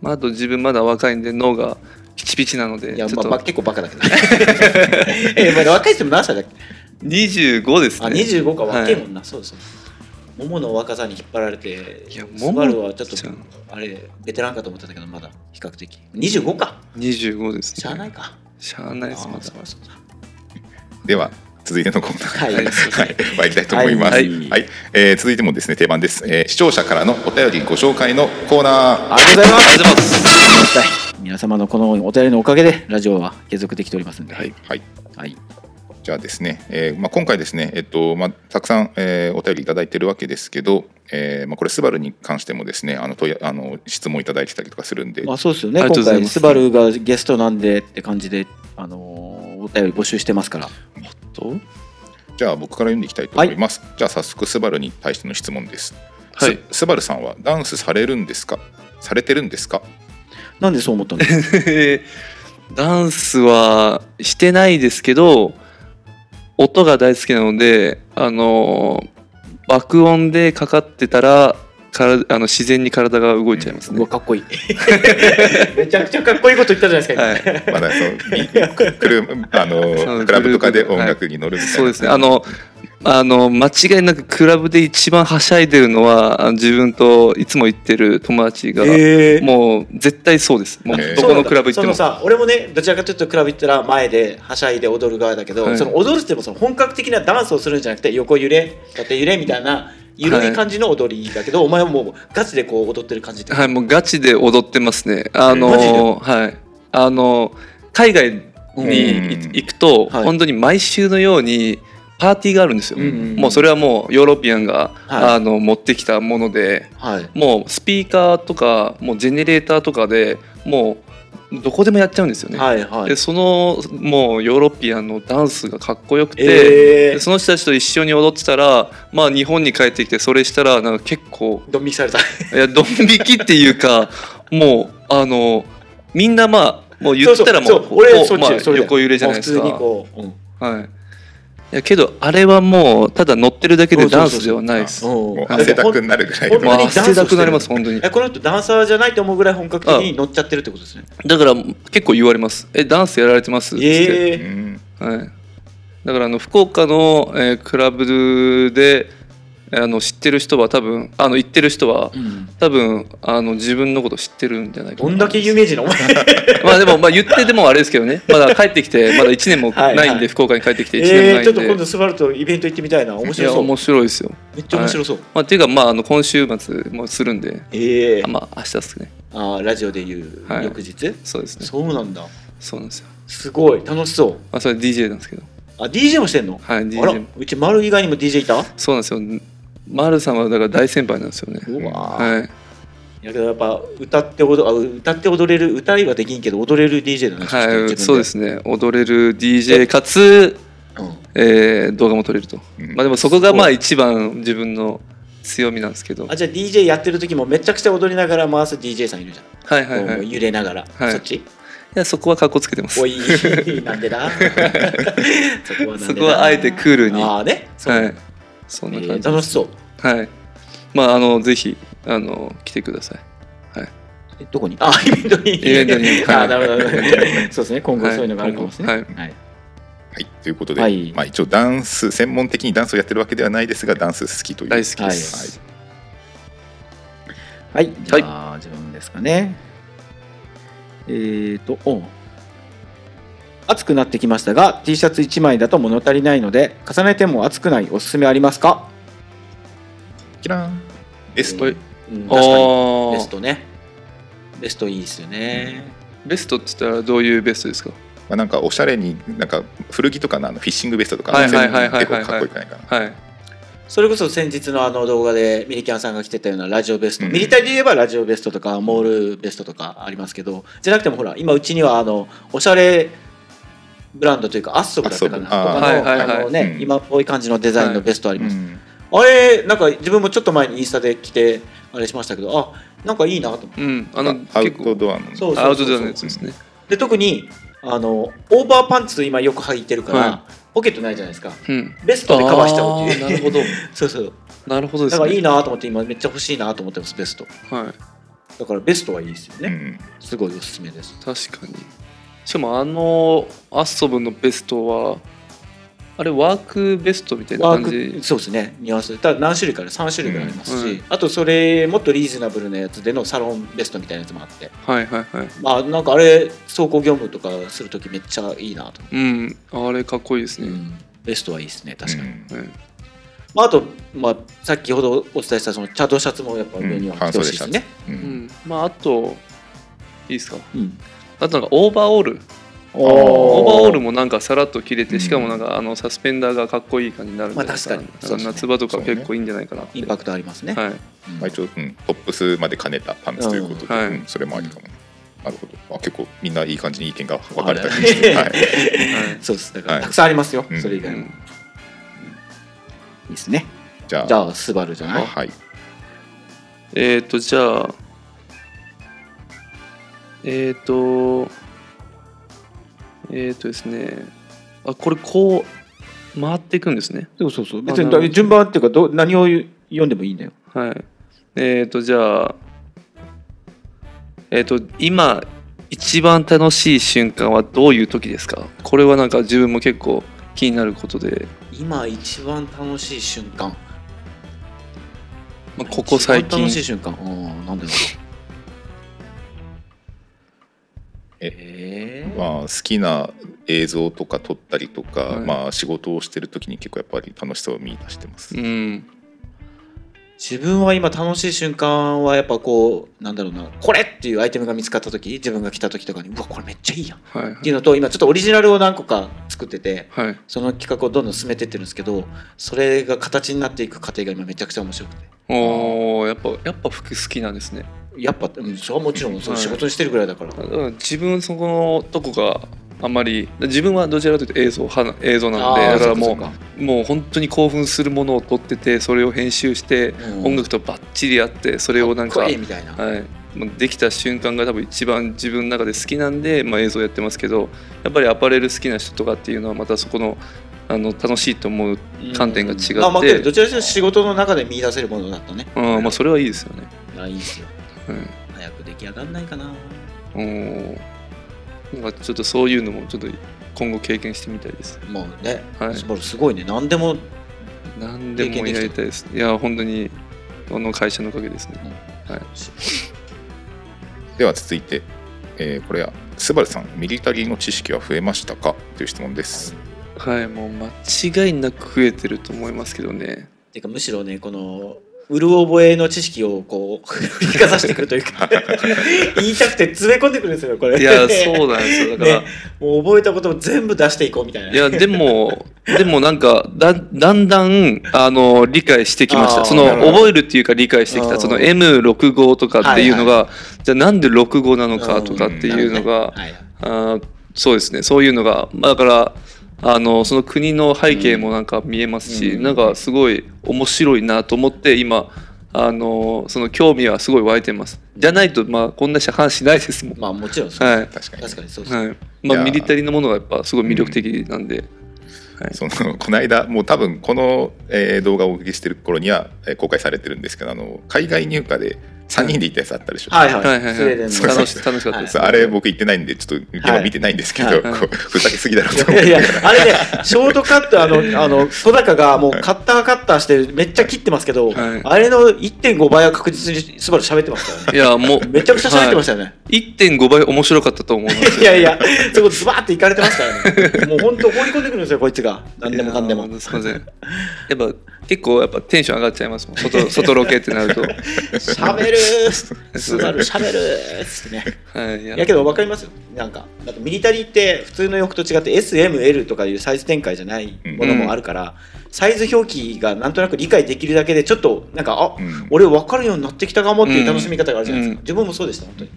まあ、あと自分まだ若いんで脳がピチピチなのでいちや、ょっまあとば、結構バカだけど。え、まあ若 い人も何歳だっけ25ですねあ、25か、はい若いもんな、そうそう。ももの若さに引っ張られて、いやスバルはちょっとももちゃんあれ、ベテランかと思ってたけど、まだ比較的。25か、 25ですねしゃあないか。しゃあないですあまーだそうだそうだでは続いてのコーナーはいはいすいませ んはい、参りたいと思います。は、はいいえー続いてもですね、定番です、えー視聴者からのお便りご紹介のコーナー。ありがとうございまありすがとうございます皆様のこのお便りのおかげで、ラジオは継続できておりますんで。はい。はい、じゃあですね、えーまあ、今回ですね、えっと、まあ、たくさん、えーお便りいただいてるわけですけど。えーまあ、これスバルに関してもですね、あの、問いあの、質問いただいてたりとかするんで。まあ、そうですよね、ありがとう今ござい回、ますスバルがゲストなんでって感じで、あのーお便り募集してますから。とじゃあ、僕から読んでいきたいと思います。じゃあ、早速スバルに対しての質問です。はいススバルさんはダンスされるんですか。されてるんですか。なんでそう思 ったのえー ダンスはしてないですけど音が大好きなのであのー爆音でかかってたらからあの自然に体が動いちゃいますうわ、ね。かっこい い。めちゃくちゃかっこいいこと言ったじゃないですか、はい、まだ、そう、ビ車あの、クラブとかで音楽に乗るみたいな。そうですねあのあの間違いなくクラブで一番はしゃいでるのはあの自分といつも行ってる友達が、えもう絶対そうですもうへーどこのクラブ行ってもそのさ俺もねどちらかというとクラブ行ったら前ではしゃいで踊る側だけど、はいその踊るってもその本格的なダンスをするんじゃなくて横揺れ縦揺れみたいな緩い感じの踊りだけど、お前はもうガチでこう踊ってる感じって、はい、もうガチで踊ってますね。あマジでの、はい、あの海外にうんい行くと、はい本当に毎週のように。パーティーがあるんですよ、うんうんうんもうそれはもうヨーロピアンが、はいあの持ってきたものではい。もうスピーカーとかもうジェネレーターとかでもうどこでもやっちゃうんですよね、はいはでい。そのもうヨーロピアンのダンスがかっこよくて、えでー、その人たちと一緒に踊ってたら、まあ、日本に帰ってきてそれしたらなんか結構ドン引きされた。いやドン引きっていうかもうあのみんなまあもう言ったらもうそうそうそう俺こうそっちまあそれだよ横揺れじゃないですかもう普通にこはい、いやけどあれはもうただ乗ってるだけでダンスではないですう。うん。もうう汗だくになるぐらいのほんまあ本当にダンス汗だくなります本当にえこの人ダンサーじゃないと思うぐらい本格的に乗っちゃってるってことですね。だから結構言われます「えダンスやられてます」って、うええんはい、だからあの福岡の、えークラブであの知ってる人は多分あの行ってる人はうん多分あの自分のこと知ってるんじゃないか などんだけ有名人のお前。まあでもまあ言ってでもあれですけどねまだ帰って きてまだ1年もないんではいはい福岡に帰ってきて1年えな えいちょんっとで、今度スバルとイベント行ってみたいな。面い白やそう。面白いですよ、めっちゃ面白そう。まあ、っていうかまああの今週末もするんでええあまあ明日ですねあーラジオで言うはい翌日、そうですねそうなんだ。そうなんですよすごい楽しそう。まあそれ DJ なんですけどあ DJ もしてんの？はいあら DJ うち丸以外にも DJ いた？そうなんですよマルさんはだから大先輩なんですよねうわー。はいいやけどやっぱ歌って踊あ歌って踊れる歌いはできんけど踊れる DJ だね。ちょっとは自分い、そうで、すね踊れる DJ かつ、うんえー動画も撮れると、うんまあ、でもそこがまあすごい一番自分の強みなんですけどあじゃあ DJ やってる時もめちゃくちゃ踊りながら回す DJ さんいるじゃん。はいはいはこいうい揺れながら、はいそっちやそこはかっこつけてますおい なんで だそこはなんでだそこはあえてクールにあはあねそう、いそんえなー感じ楽しそうはいまああのぜひあの来てくださいえどこにあイベントにイベントにあはいあなるほどなるほどそうですね今後そういうのがあるかもしれない、はいはいはい、ということで、はいまあ、一応ダンス専門的にダンスをやってるわけではないですがダンス好きという大好きです、はい、じゃあ自分ですかね。えーと、お暑くなってきましたが、T シャツ1枚だと物足りないので、重ねても暑くないおすすめありますか？キラーンですと、はいいうん、あ確かにーベストね。ベストいいですよね。ベストって言ったらどういうベストですかまあ、なんかおしゃれになんか古着とかのあのフィッシングベストとかはい全はい部はいはいはい結構かっこよくないかなはいそれこそ先日のあの動画でミリキャンさんが着てたようなラジオベスト、うんミリタリで言えばラジオベストとかモールベストとかありますけどじゃなくてもほら今うちにはあのおしゃれブランドというかアッソブだったかなとあかその,、うあーはいはいはいあのね、うん今っぽい感じのデザインのベストありうます、んあれなんか自分もちょっと前にインスタで着てあれしましたけどあなんかいいなと思ってうんあのアウ結ト構ドアのそうアそうウトそうドアそのうやつですねで特にあのオーバーパンツ今よく履いてるから、はポケットないじゃないですかうんベストでカバーしちゃおうっていうあーなるほど そうそうなるほどでだすからいいねなと思って今めっちゃ欲しいなと思ってますベストはいだからベストはいいですようね、んすごいおすすめです確かにしかもあのアッソブのベストはあれワークベストみたいなワ感ークじそうですねニュアンスただ何種類かね3種類ぐらいありますし、うんうんあとそれもっとリーズナブルなやつでのサロンベストみたいなやつもあってはいはいはいまあなんかあれ走行業務とかする時めっちゃいいなと思うんあれかっこいいですって、ね、ベストはいいですね確かに、うんはいまあ、あと、まあ、さっきほどお伝えしたそのチャドシャツもやっぱ上にはうん着てほしいですね、ううんん、まああといいですかうんあとなんかオーバーオールおオーバーオールももなんかさらっと着れうてんしかもなんかあのサスペンダーがかっこいい感じになるんじゃないですか,、まあ確かにかそうですね夏場とか結構いいんじゃないかなってインパクトありますね、はい、うんまあ、一応、うん、トップスまで兼ねたパンツということで、うんはいうんそれもありかもね、なるほどあ結構みんないい感じに意見が分かれたりして、あはれい、そうですだから、はいたくさんありますよ、うんそれ以は外も、いういんいですねじゃあじゃあスバルじゃない、はいえっ、ー、とじゃあえっ、ー、とえっ、ー、とですねあこれこう回っていくんですねそうそうそう別にだ順番っていうかど何を読んでもいいんだよはいえっ、ー、とじゃあえっ、ー、と今一番楽しい瞬間はどういう時ですかこれはなんか自分も結構気になることで、今一番楽しい瞬間まあ、ここ最一番楽しい近瞬間うんなんだろうええーまあ、好きな映像とか撮ったりとか、はいまあ、仕事をしてる時に結構やっぱり楽しさを見出してます、うん自分は今楽しい瞬間はやっぱこうなんだろうなこれっていうアイテムが見つかった時自分が来た時とかにうわこれめっちゃいいやんっはいはいていうのと今ちょっとオリジナルを何個か作っててはいその企画をどんどん進めてってるんですけどそれが形になっていく過程が今めちゃくちゃ面白くておおやっぱやっぱ服好きなんですねやっぱ、うん、それはもちろんそうはい仕事にしてるぐらいだから、だから自分そこのとこがあんまり自分はどちらかというと映像派な映像なのであーだからそもっそうもう本当に興奮するものを撮っててそれを編集してうかうん音楽とバッチリ合ってそれをなんかかっこいいみたいな、はい、もうできた瞬間が多分一番自分の中で好きなんで、まあ、映像やってますけどやっぱりアパレル好きな人とかっていうのはまたそこのあの楽しいと思う、観点が違ってあまあけどどちらかというと仕事の中で見出せるものだったねうんまあ、それはいいですよね。あいいですよう、早く出来上がんないかなんうんなんかちょっとそういうのもちょっと今後経験してみたいです。もうね、はいスバルすごいね何でも何でもやりたいです。いや本当にこの会社のおかげですね。では続いて、えーこれはスバルさんミリタリーの知識は増えましたかという質問ですはいもう間違いなく増えてると思いますけどね。てかむしろねこのうる覚えの知識をこう 振りかざしてくるという か言いたくて詰め込んでくるんですよこれ いやそうなんですよだから。ねもう覚えたことを全部出していこうみたいないやでもでもなんかだだんだんあの理解してきましあーたそのなるほど覚えるっていうか理解してきうんたその M65 とかっていうのが、じゃあなんで65なのかとかっていうのが、はいあーそうですねそういうのがまあだからあのその国の背景もなんか見えますし、うんなんかすごい面白いなと思って今あのその興味はすごい湧いてますじゃないとまあこんな車販しないですもんまあもちろんそう、はい、確かに確かにそうです、はいいまやあ、ミリタリーのものがやっぱすごい魅力的なんで、その この間もう多分この、えー動画をお送りしてる頃には、えー公開されてるんですけどあの海外入荷で3人で行ったやつあったでしょ、はいはいはいはいはいスウェーデンの楽し楽しかったです。そうあれ僕行ってないんでちょっと現場見てないんですけど、はいこはうふざけすぎだろうとい思っやていやあれねショートカットあのあの小高がもうカッターカッターしてめっちゃ切ってますけど、はいあれの1.5倍は確実にスバル喋ってますからねいやもうめちゃくちゃ喋ってましたよね、 1.5倍面白かったと思いますいやいや、そこズバーって行かれてました よね。もう本当放り込んでくるんですよ、こいつが。何でもかんでもいや。 すいません。やっぱ結構やっぱテンション上がっちゃいますも ん。外外ロケってなると。は喋るースバル喋るーっつってね。い。いやいやけど分かりますよ。なんか、だってミリタリーって普通の洋服と違って SML とかいうサイズ展開じゃないものもあるから、サイズ表記がなんとなく理解できるだけで、ちょっとなんか、あ、うん俺分かるようになってきたかもっていう楽しみ方があるじゃないですうんか。自分もそうでした、本当に。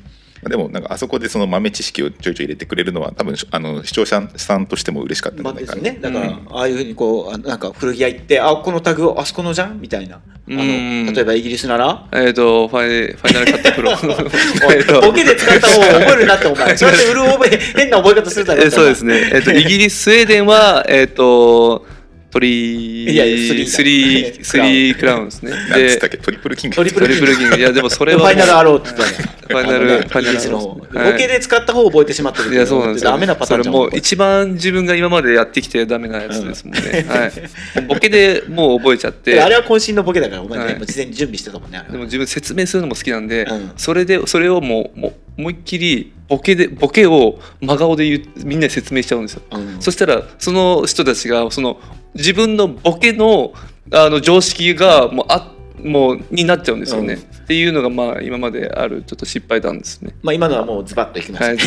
でもなんかあそこでその豆知識をちょいちょい入れてくれるのは多分あの視聴者さんとしても嬉しかったんじまあゃないでかすな、ね、だから、うんああいうふうにこうあなんか古着屋行ってあこのタグあそこのじゃんみたいなあうんの例えばイギリスな らえっ、とファイファイナルカットプロ。 お えいっとボケで使った方を覚えるなってお前 そうやって売る覚え変な覚え方するだろえそうですねね。え っ、とイギリススウェーデンはえっ、と鳥いやいやスリースリ ースリークラウンですね。なんつったっけトリプルキングトリトリプルキングいやでもそフれはァイナルアローってフ言ったのァイナルあのねファイイナギルリスの方はいボケで使った方を覚えてしまった時いやそうなんですよ、ダメなパターンじゃんそれもう一番自分が今までやってきてダメなやつですもん ね、はいもうボケでもう覚えちゃっでてあれは渾身のボケだからお前ね、はいもう事前に準備してたもんねあれはでも自分説明するのも好きなんで、うんそれでそれをもうもう思いっきりボケでボケを真顔で言うみんなに説明しちゃうんですよ、うんそしたらその人たちがその自分のボケのあの常識がもうあもうになっちゃうんですよね、うんっていうのがまあ今まであるちょっと失敗談ですね。まあ今のはもうズバッといきました、ははいい、、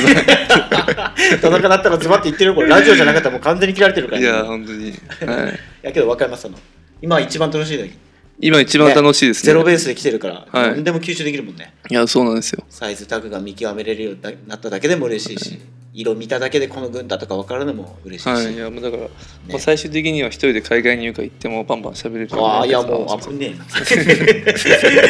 田中だったらズバッと言ってるよこれラジオじゃなかったらもう完全に切られてるから、いね、いやや本当に、はい、けど分かりますあの今一番楽しい時今一番楽しいですねゼロベースで来てるから、はい何でも吸収できるもんねいやそうなんですよサイズタグが見極めれるようになっただけでも嬉しいし、色見ただけでこの軍だとか分かるのも嬉しいし、はいいやもうだから、もう最終的には一人で海外入荷行ってもバンバン喋れるああいやもう危ねえ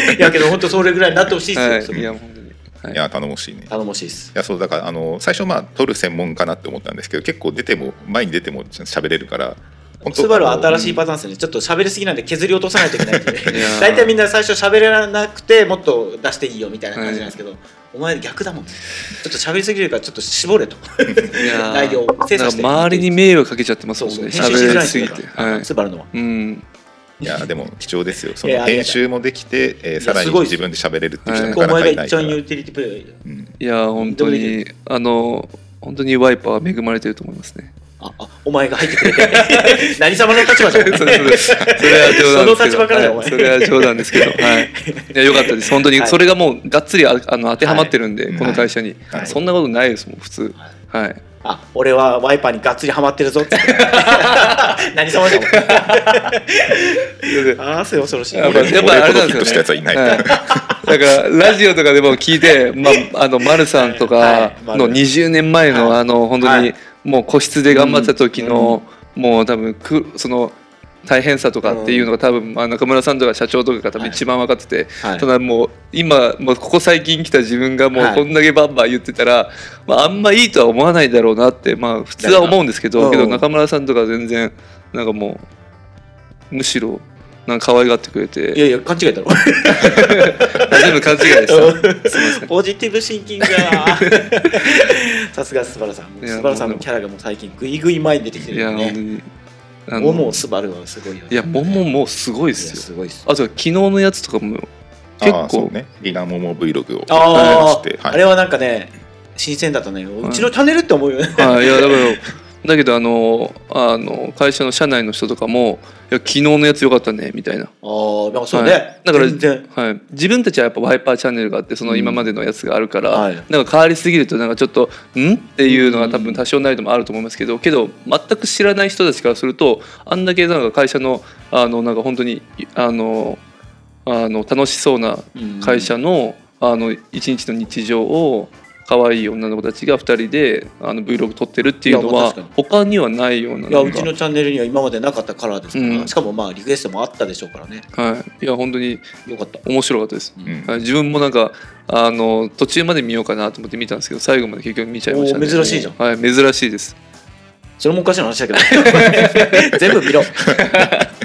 な いやけど本当それぐらいになってほしいですよ、そはれいいや本当にはいいや頼もしいね頼もしいですいやそうだからあの最初まあ撮る専門かなって思ったんですけど結構出ても前に出ても喋れるから本スバルは新いしいパターンですよね、ちょっと喋りすぎなんで削り落とさないといけないんで やー大体みんな最初喋れなくてもっと出していいよみたいな感じなんですけど、お前逆だもんちょっと喋りすぎるからちょっと絞れといや内容を精査してなんか周りに迷惑かけちゃってますそもうんそうね編集しづ喋らりいすんぎだてかはらいスバルのはうんやでも貴重ですよそいのやありが編たい集もできて、えーいやさらにすごい自分で喋れるっていう人はいなおかなか前いがない一から、番ユーティリティプレイヤーうんいや本当にあの本当にワイパーは恵まれてると思いますねああお前が入ってくれて 何様の立場じゃん それそれそれは冗談ですけどその立場からだお前はい それは冗談ですけど、はい、いやよかったです本当にそれがもうがっつりああの当てはまってるんで、はいこの会社に、はいそんなことないですもん普通はい あ俺はワイパーにがっつりハマってるぞって何様じ ゃんああそれ恐ろしいやっぱ俺やっぱあれ俺ほどなんヒッでトしすたよやつはいなねい、はい、だからラジオとかでも聞いて、ま あ、あの丸さんとかはいの20年前の、はいあの本当はにいもう個室で頑張った時の、もう多分くその大変さとかっていうのが多分、まあ、中村さんとか社長とかが多分はい一番分かってて、はいただもう今もうここ最近来た自分がもうはいこんだけバンバン言ってたら、まあ、あんまいいとは思わないだろうなって、まあ、普通は思うんですけうどんけど中村さんとか全然なんかもうむしろなんか可愛がってくれていやいや勘違い だろ全部勘違い でした。すみません。ポジティブシンキングだ なさすがスバルさんもういやスバルさんのキャラがもう最近グイグイ前に出てきているよや、本当ねに。あのモモスバルはすごいよねいや、もももうすごいでいやすよ。すごいっすあと、昨日のやつとかも、結ああそう構、ねリナモモ Vlog をあしあて、あはいれはなんかね新鮮だったねうちのチャンネルって思うよねはい、いや、だ けど、だけど、あの、あの、会社の社内の人とかも、いや、昨日のやつ良かったね、みたいな。ああなんかそうね、はいだから全然はい、自分たちはやっぱワイパーチャンネルがあってその今までのやつがあるから、はいなんか変わりすぎるとなんかちょっと「ん?」っていうのが多うん分多少なりともあると思いますけどけど全く知らない人たちからするとあんだけなんか会社のあのなんか本当にあのあの楽しそうな会社の,、あの一日の日常を可愛い女の子たちが2人であの Vlog 撮ってるっていうのいやまあは確か他にはないようないやなんうかちのチャンネルには今までなかったカラーですから、うんしかもまあリクエストもあったでしょうからねはい、いや本当によかった面白かったです。うんはい自分もなんかあの途中まで見ようかなと思って見たんですけど最後まで結局見ちゃいましたねおー珍しいじゃんはい珍しい ですそれもおかしな話だけど 全部見ろ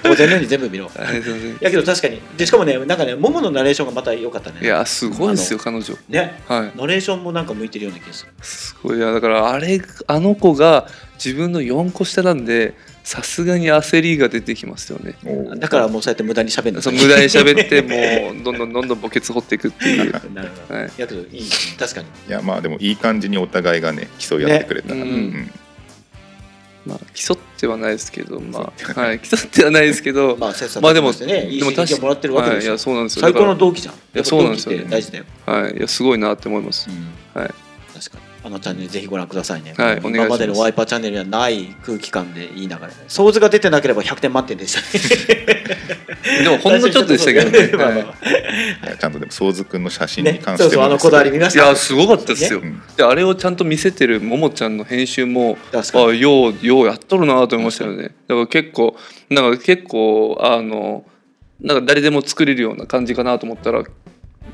午前のように全部見ろはいすいませんやけど確かにでしかもねなんかねもものナレーションがまた良かったねいやすごいですよ彼女ねはいナレーションもなんか向いてるような気がするすごいいやだからあれあの子が自分の4個下なんでさすがに焦りが出てきますよねおーだからもうそうやって無駄に喋るんだ その無駄に喋ってもうどんどんどんどん墓穴掘っていくっていう、 なるほど、はいい、やけどいい確かにいやまあでもいい感じにお互いがね競い合ってくれた、ねうんうんまあ、競ってはないですけどまあ、はい、競ってはないですけど、まあ切磋 まあ琢でも磨してね、いいでも刺激をもらってるわけではい、いしょ、やそうなんですよ最高だの同期じゃんやそうなんですよね同期って大事だよ、からはいいやすごいなって思いますはい確かにあのチャンネルぜひご覧くださいね、はいお願いします今までのワイパーチャンネルにはない空気感でいい流れ想像が出てなければ100点満点でしたねで もほんのちょっとでしたけどねまあまあはうんいやちゃんとでもソウズくんの写い真に ね関してそうそうもあのこだわり見まいしいたやすごかったですよ、うんであれをちゃんと見せてるももちゃんの編集も確かあにようようやっとるなと思いましたよねだから結構なんか結構あのなんか誰でも作れるような感じかなと思ったら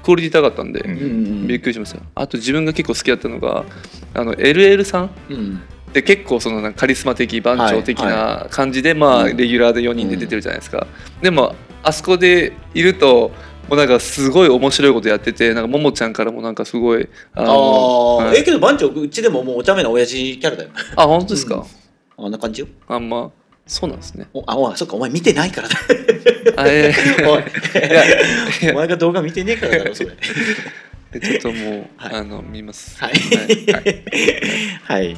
クオリティ高かったんで、うんうんびっくりしましたあと自分が結構好きだったのがあの LL さんうんで結構そのなんかカリスマ的番長的はな感じで、まあうんレギュラーで4人で出てるじゃないですか、でもあそこでいるともうなんかすごい面白いことやっててなんかももちゃんからもなんかすごいああのあはーいえけど番長うちでももうお茶目な親父キャラだよあ本当ですか、あんな感じよあんまそうなん ですねおあおいそっかお前見てないからだあえー おいいやいやお前が動画見てねえからだろそ れちょっともう、はいあの見ますはいははい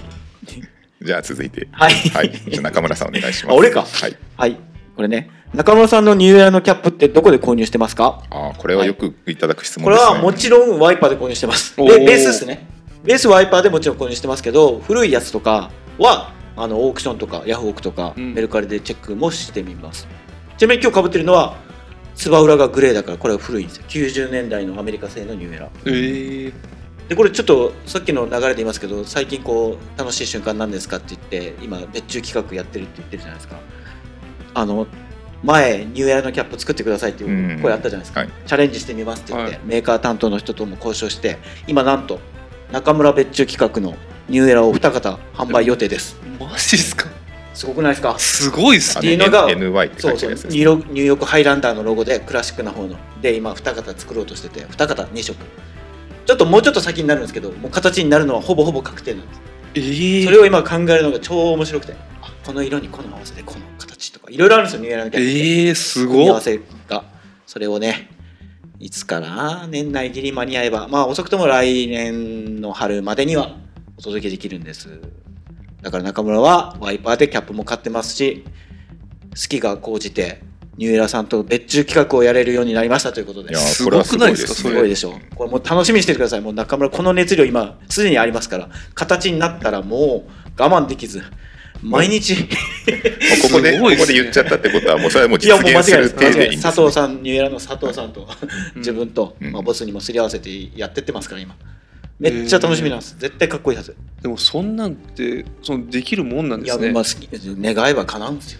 じゃあ続いてはいはいじゃあ中村さんお願いしまあす俺かはいはいこれね中村さんのニューイヤーのキャップってどこで購入してますかあーこれはよくいただく質問こでれすねはもちろんワイパーで購入してます。おで、ーベースですね。ベースワイパーでもちろん購入してますけど、古いやつとかは、あの、オークションとか、ヤフオクとか、うんメルカリでチェックもしてみます。ちなみに今日被ってるのは、つば裏がグレーだから、これは古いんですよ。90年代のアメリカ製のニューエラ。えー、で、これちょっと、さっきの流れで言いますけど、最近こう、楽しい瞬間なんですかって言って、今、別注企画やってるって言ってるじゃないですか。あの、前、ニューエラのキャップ作ってくださいっていう声あったじゃないですか。はいチャレンジしてみますって言って、はメーカー担当の人とも交渉して今なんと中村別注企画のニューエラーをお二方販売予定ですマジっすかすごくないですかすごいっすあねっていうのが N- NY って書そいうてそあうるニやつューですねロニューヨークハイランダーのロゴでクラシックな方ので今二方作ろうとしてて二方2色ちょっともうちょっと先になるんですけどもう形になるのはほぼほぼ確定なんですえー、それを今考えるのが超面白くてあこの色にこの合わせでこの形とかいろいろあるんですよニューエラーのキャラクターってえー、す組み合ごわっせがそれをねいつかな年内ギリ間に合えばまあ遅くとも来年の春までにはお届けできるんですだから中村はワイパーでキャップも買ってますし好きが高じてニューエラさんと別注企画をやれるようになりましたということでやすーこれはすごいですすすごいね。でしょうこれもう楽しみにしててくださいもう中村この熱量今すでにありますから形になったらもう我慢できず毎日もうここですこごいっすこねで言っちゃったってことはもうそれはも うい実やもう間現す違いでるす間体違いでいでいんですす。佐藤さんニューエラの佐藤さんとうん自分と、うんまあ、ボスにもすり合わせてやってってますから今めっちゃ楽しみなんです絶対かっこいいはずでもそんなんってそのできるもんなんいでやすねまあ好き願えば叶うんですよ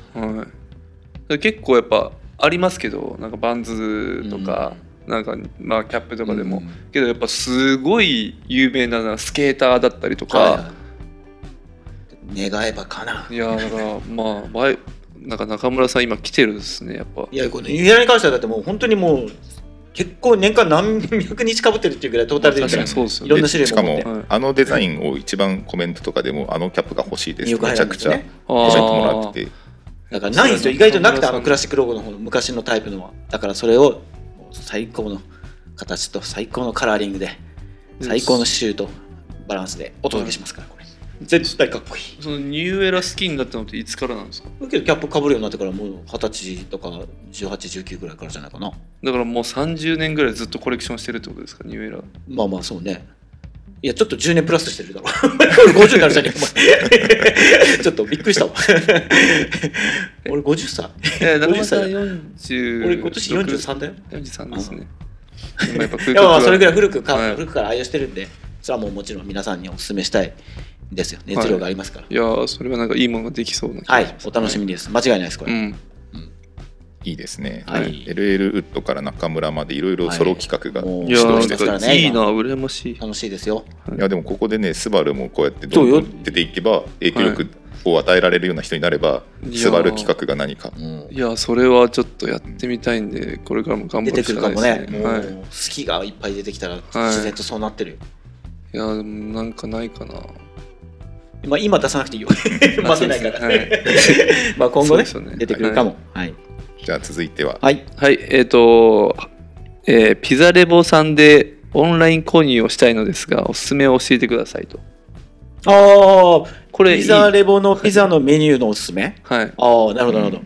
はい、結構やっぱありますけどなんかバンズとか、なんかまあキャップとかでも、うんけどやっぱすごい有名なのはスケーターだったりとか、はいはい願えば叶うい、やだからまあバイなんか中村さん今来てるですねやっぱいやこのニューエラに関してはだってもう本当にもう結構年間何百日かぶってるっていうぐらいトータルで言ったら確かにそいうですよろんねな種類しもか持っもてはいあのデザインを一番コメントとかでもあのキャップが欲しいです入って会めちなゃんでくすちゃよコメねあントもらあっててだからないんですよ意外となくてあのクラスシックロゴの方の昔のタイプのはだからそれを最高の形と最高のカラーリングで最高のシュートバランスでお届けしますからこれ絶対かっこいいそのニューエラ好きになったのっていつからなんですかだけどキャップかぶるようになってからもう二十歳とか1819ぐらいからじゃないかなだからもう30年ぐらいずっとコレクションしてるってことですかニューエラまあまあそうねいやちょっと10年プラスしてるだろ 俺50になるじゃねえお前 ちょっとびっくりしたわ俺50歳えー、中村さん50 40俺今年43だよ43ですね今やっぱ空いやまあそれぐらいい古くか、はい古くから愛用してるんでそれはもうもちろん皆さんにお勧めしたいんですよ熱量がありますからいやーそれはなんかいいものができそうな気はがい、しますお楽しみです間違いないですこうれ、んいいですね。はい LL ウッドから中村までいろいろソロ企画が、はいい、いやー指な導んしてますからねかいい今な羨ましい楽しいですよやでもここでねスバルもこうやってどんどそうん出ていけば影響力を与えられるような人になれば、いスバル企画が何かいやーそれはちょっとやってみたいんでこれからも頑出張るてしくるかかないもでねすねもはいう好きがいっぱい出てきたらい自然とそうなってるよ、いやーでもなんかないかなまあ、今出さなくていい よ混ぜないから、あそうで すまあ今後ねそうですよね出てくるかもはい、じゃあ続いてははい、はい、えっ、と、えーピザレボさんでオンライン購入をしたいのですが、おすすめを教えてくださいと。ああこれいいピザレボのピザのメニューのおすすめ、ああなはい、るほどなるほど、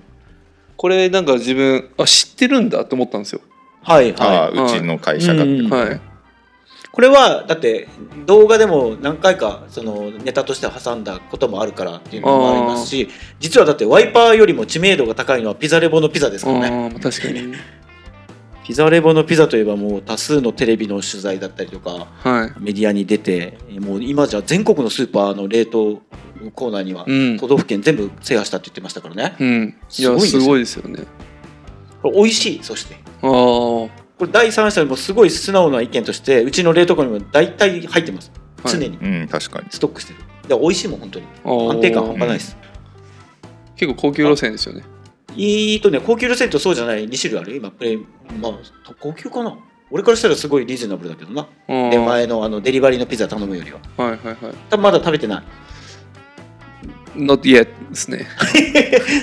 これなんか自分あ知ってるんだと思ったんですよ。はいはああ、はいうちの会社が、うんはい、いこれはだって動画でも何回かそのネタとして挟んだこともあるからっていうのもありますし実はだってワイパーよりも知名度が高いのはピザレボのピザですからねああ確かに。ピザレボのピザといえばもう多数のテレビの取材だったりとかはい。メディアに出てもう今じゃ全国のスーパーの冷凍コーナーにはうん都道府県全部制覇したって言ってましたからねうん、いやすすごごいですよね。これ美味しいそしてああ、これ第三者にもすごい素直な意見としてうちの冷凍庫にも大体入ってますはい常にうん、確かに。ストックしてるで美味しいもん本当にあー安定感半端ないです結構高級路線ですよね。いいとね高級路線とそうじゃない2種類あるよ今プレイまあ高級かな俺からしたらすごいリーズナブルだけどなあーで前のあのデリバリーのピザ頼むよりははいはいはい。多分まだ食べてない not yet ですね。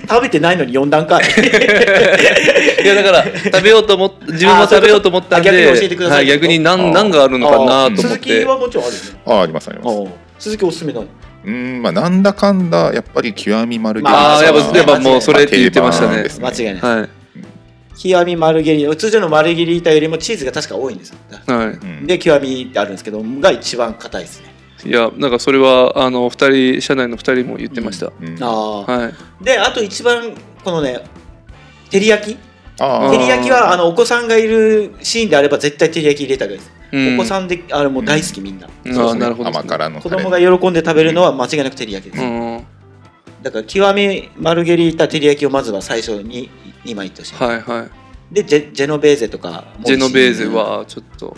食べてないのに4段階いやだから食べようと思っ 自分も食べようと思ったんで、あーそういうことあ逆に教えてくださいは逆にあ何ー何があるのかあなーと思っ鈴木て。はもちろんあるよねああ、あります、あります。あー鈴木おすすめないうん、まあ、なんだかんだ、やっぱり極み丸まあああーやっそうぱでやすっねぱもうそれって言ってました定番ねで。す間違いない、は極みマルゲリータ通常のマルゲリータよりもチーズが確か多いんですよいはい。うんで極みってあるんですけどが一番硬いですねいやなんかそれはあの二人社内の二人も言ってました、うんあああはいであと一番このね照り焼きあ照り焼きはあのお子さんがいるシーンであれば絶対照り焼き入れたくないです、うんお子さんであれもう大好きみんな、うんそうですあーねなるほど甘辛の子タレ供が喜んで食べるのは間違いなく照り焼きです、うんはいだから極みマルゲリータ照り焼きをまずは最初に2枚いってほしい、はでジェジェノベーゼとかいジェノベーゼはちょっと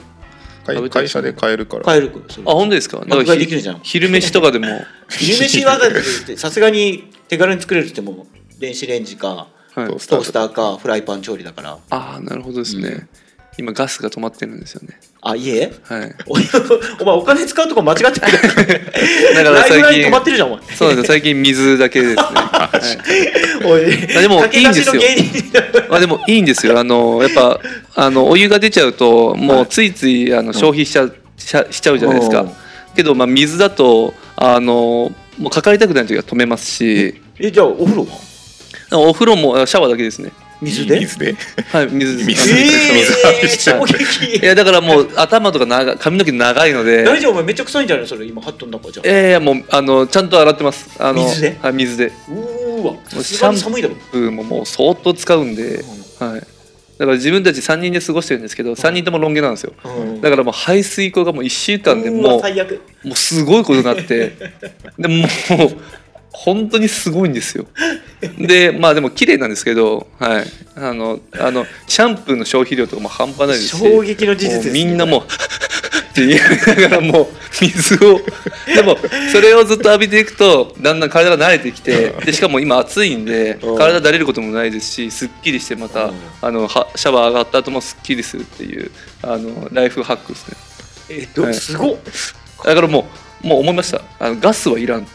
食会べたいで会すね社で買えるから。買えるそれあ本当ですかなん爆買いでかきるじゃん昼飯とかでも昼飯はだってさすがに手軽に作れるって言っても電子レンジかはいそうトースターかフライパン調理だからああなるほどですね、うん今ガスが止まってるんですよねあ家はい おお前お金使うとこ間違ってる だからライフライン止最まって近るじゃんお前そうなんですよ最近水だけ ですね、はいおいあでも駆け出しのいいん芸人まあ、でもいいんですよあのやっぱあのお湯が出ちゃうともうついついあの消費しちゃ,、しちゃしちゃうじゃないですかけど、まあ、水だとあのもうかかりたくない時は止めますし、えじゃあお風呂はお風呂もあシャワーだけですね。水で水で はい、水です。水あのえー、水衝はいい撃やだからもう頭とか長い髪の毛長いので、大丈夫お前めっちゃ臭いんじゃないのそれ今ハットの中じゃんいやいやもうあのちゃんと洗ってます。あの水ではい、水で。うーわさすがに寒いだろうんもうもう相当使うんで、はい。だから自分たち3人で過ごしてるんですけど、3人ともロン毛なんですよ。うんだからもう排水口がもう1週間でうーもわう最悪もうすごいことになって でもう本当にすごいんですよでまあでも綺麗なんですけどはいあのあのシャンプーの消費量とかも半端ないですし衝撃の事実ですもねうみんなもうって言いながらもう水をでもそれをずっと浴びていくとだんだん体が慣れてきてでしかも今暑いんでうん体だれることもないですしすっきりしてまうたんあのはシャワー上がった後もすっきりするっていうあのライフハックですねえっとはいすごっだからもう、もう思いました。あのガスはいらんと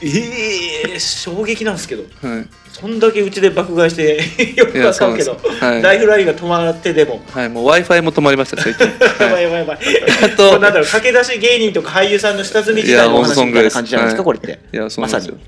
思えー、衝撃なんですけどって。そんだけうちで爆買いして よくいわやかんけど、そうなんですよはいライフラインが止まってでも、はい、もう Wi-Fi も止まりました、 最近。やばはいいやばいやばいあこうなんと、だろう駆け出し芸人とか俳優さんの下積み時代のおいやほんとそ話んみぐたらいないです感じじゃないですか、はいこれっていや、そうまなさんですによ。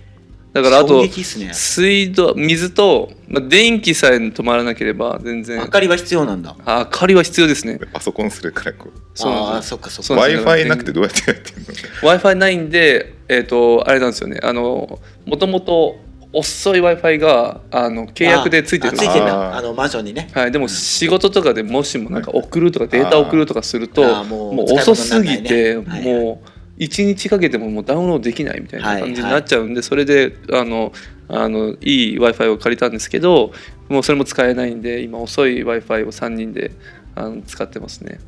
だから、あ衝と、撃っすね水道、水と、まあ、電気さえ止まらなければ、全然。明かりは必要なんだあ明かりは必要ですね。パソコンするからこうそうあなあんですそっかそっかそうな w ん i f ですよ i なくてどうやってやってんの Wi-Fi ないんで、えっ、と、あれなんですよね。あの、もともと遅い Wi-Fi が、あの、契約でついてるあんつですいよてんだあーあのマンションにねはい、でも仕事とかでもしもなんか送るとかデータ送るとかするとあーもうもう遅すぎ使いて物にならないねはいもう1日かけてももうダウンロードできないみたいな感じになっちゃうんでそれであのあのいい w i f i を借りたんですけどもうそれも使えないんで今遅い w i f i を3人であの使ってます ね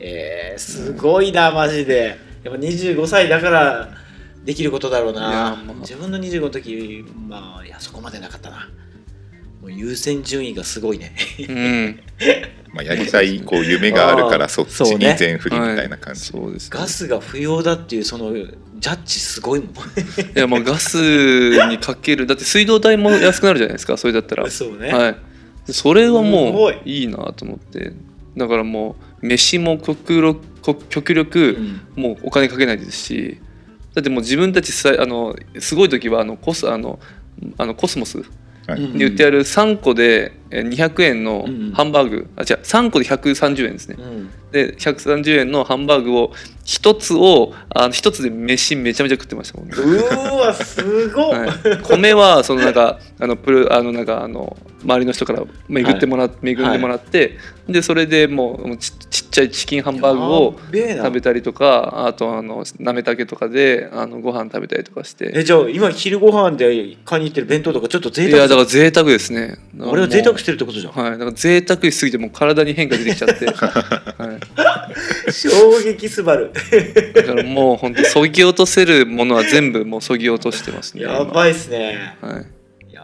えー、すごいなマジでやっぱ25歳だからできることだろういやな、まあ自分の25の時まあいやそこまでなかったなもう優先順位がすごいねうんまあやりたいこう夢があるからそっちそうにね全振りみたいな感じ、そうですねガスが不要だっていうそのジャッジすごいもんいやまあガスにかけるだって水道代も安くなるじゃないですかそれだったら そうね、はい、でそれはすごもいういいなと思ってだからもう飯も極力こ極う力んもうお金かけないですしだってもう自分たちさあのすごい時はあのコスあのあのコスモスに売ってある3個でえー200円のうんハンバーグあ違う3個で130円ですねうんで130円のハンバーグを1つをあの1つで飯めちゃめちゃ食ってましたもんねうーわすごい、はい、米はそのな んかあのプルあのなんかあの周りの人から巡ってもらっ、恵んでもらって、でそれでもうもうちちっちゃいチキンハンバーグをやっべえな食べたりとかあとあのなめたけとかであのご飯食べたりとかしてえじゃあ今昼ご飯で買いに行ってる弁当とかちょっと贅い沢やだから贅沢ですね俺は贅沢しててるってことじゃんはい、だから贅沢しすぎてもう体に変化出てきちゃ って、はい、衝撃すばるだからもう本当そぎ落とせるものは全部もうそぎ落としてますねやばいっすね今はい、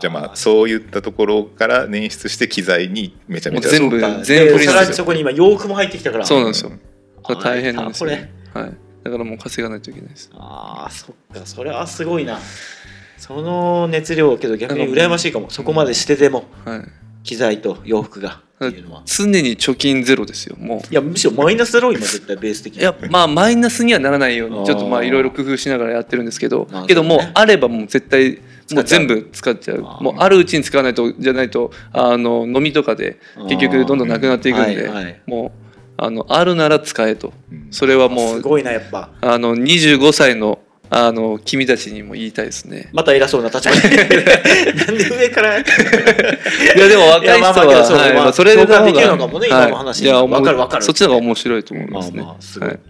じゃあまあそういったところから捻出して機材にめちゃめちゃもう全部全全部で部リさンらスにそこに今洋服も入ってきたからそうなんですよあー大変なんですよ、やっねはい、だからもう稼がないといけないですああそっかそれはすごいなその熱量けど逆に羨ましいかもそこまでしてでもはい、機材と洋服がっていうのは常に貯金ゼロですよもいやむしろマイナスだろ今絶対ベース的うにいやまあマイナスにはならないようあーにちょっとまあいろいろ工夫しながらやってるんですけどまあけどもうそうねあればもう絶対使っちゃもうう全部使っちゃうあーもうあるうちに使わないとじゃないとあの飲みとかで結局どんどんなくなっていくんであーはいはいもうあのあるなら使えとうんそれはもすうごいなやっぱあの25歳のあの君たちにも言いたいですねまた偉そうな立場になんで上から いやでも若い人いやまあまあけどはそうはいまあまあそれで共感できるのかもね今の話いや思うわかるわかるそっちの方が面白いと思いますねまあまあすごいはい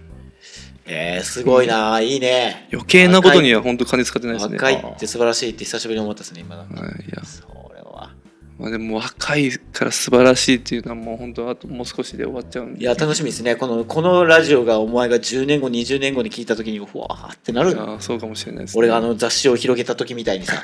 えー、すごいな、いいね余計なことには本当金使ってないですね。若いって素晴らしいって久しぶりに思ったですね今なんかはい、いや、それはまあ、でも若いから素晴らしいっていうのはもう本当あともう少しで終わっちゃうんで。いや楽しみですねこのこのラジオがお前が10年後20年後に聞いた時にうわーってなるああそうかもしれないです、俺があの雑誌を広げた時みたいにさ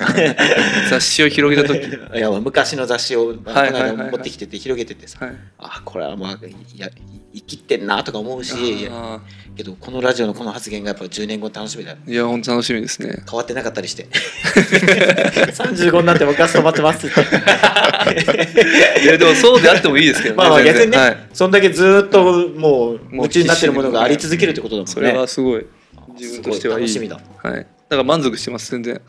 雑誌を広げ た時、いや昔の雑誌をこのはいは間いはいはい持ってきてて広げててさ、はい。あこれはまあいや生きってんなとか思うしあけどこのラジオのこの発言がやっぱ10年後楽しみだよあいや本当楽しみですね。変わってなかったりして 35になってもガス止まってますっていやでもそうであってもいいですけどね。 まあまあ全逆に然ね、はい。そんだけずーっともうもう夢中になってるものがあり続けるってことだもんねそれはすごい自す分とごしいてはいい。楽しみだはい。だから満足してます全然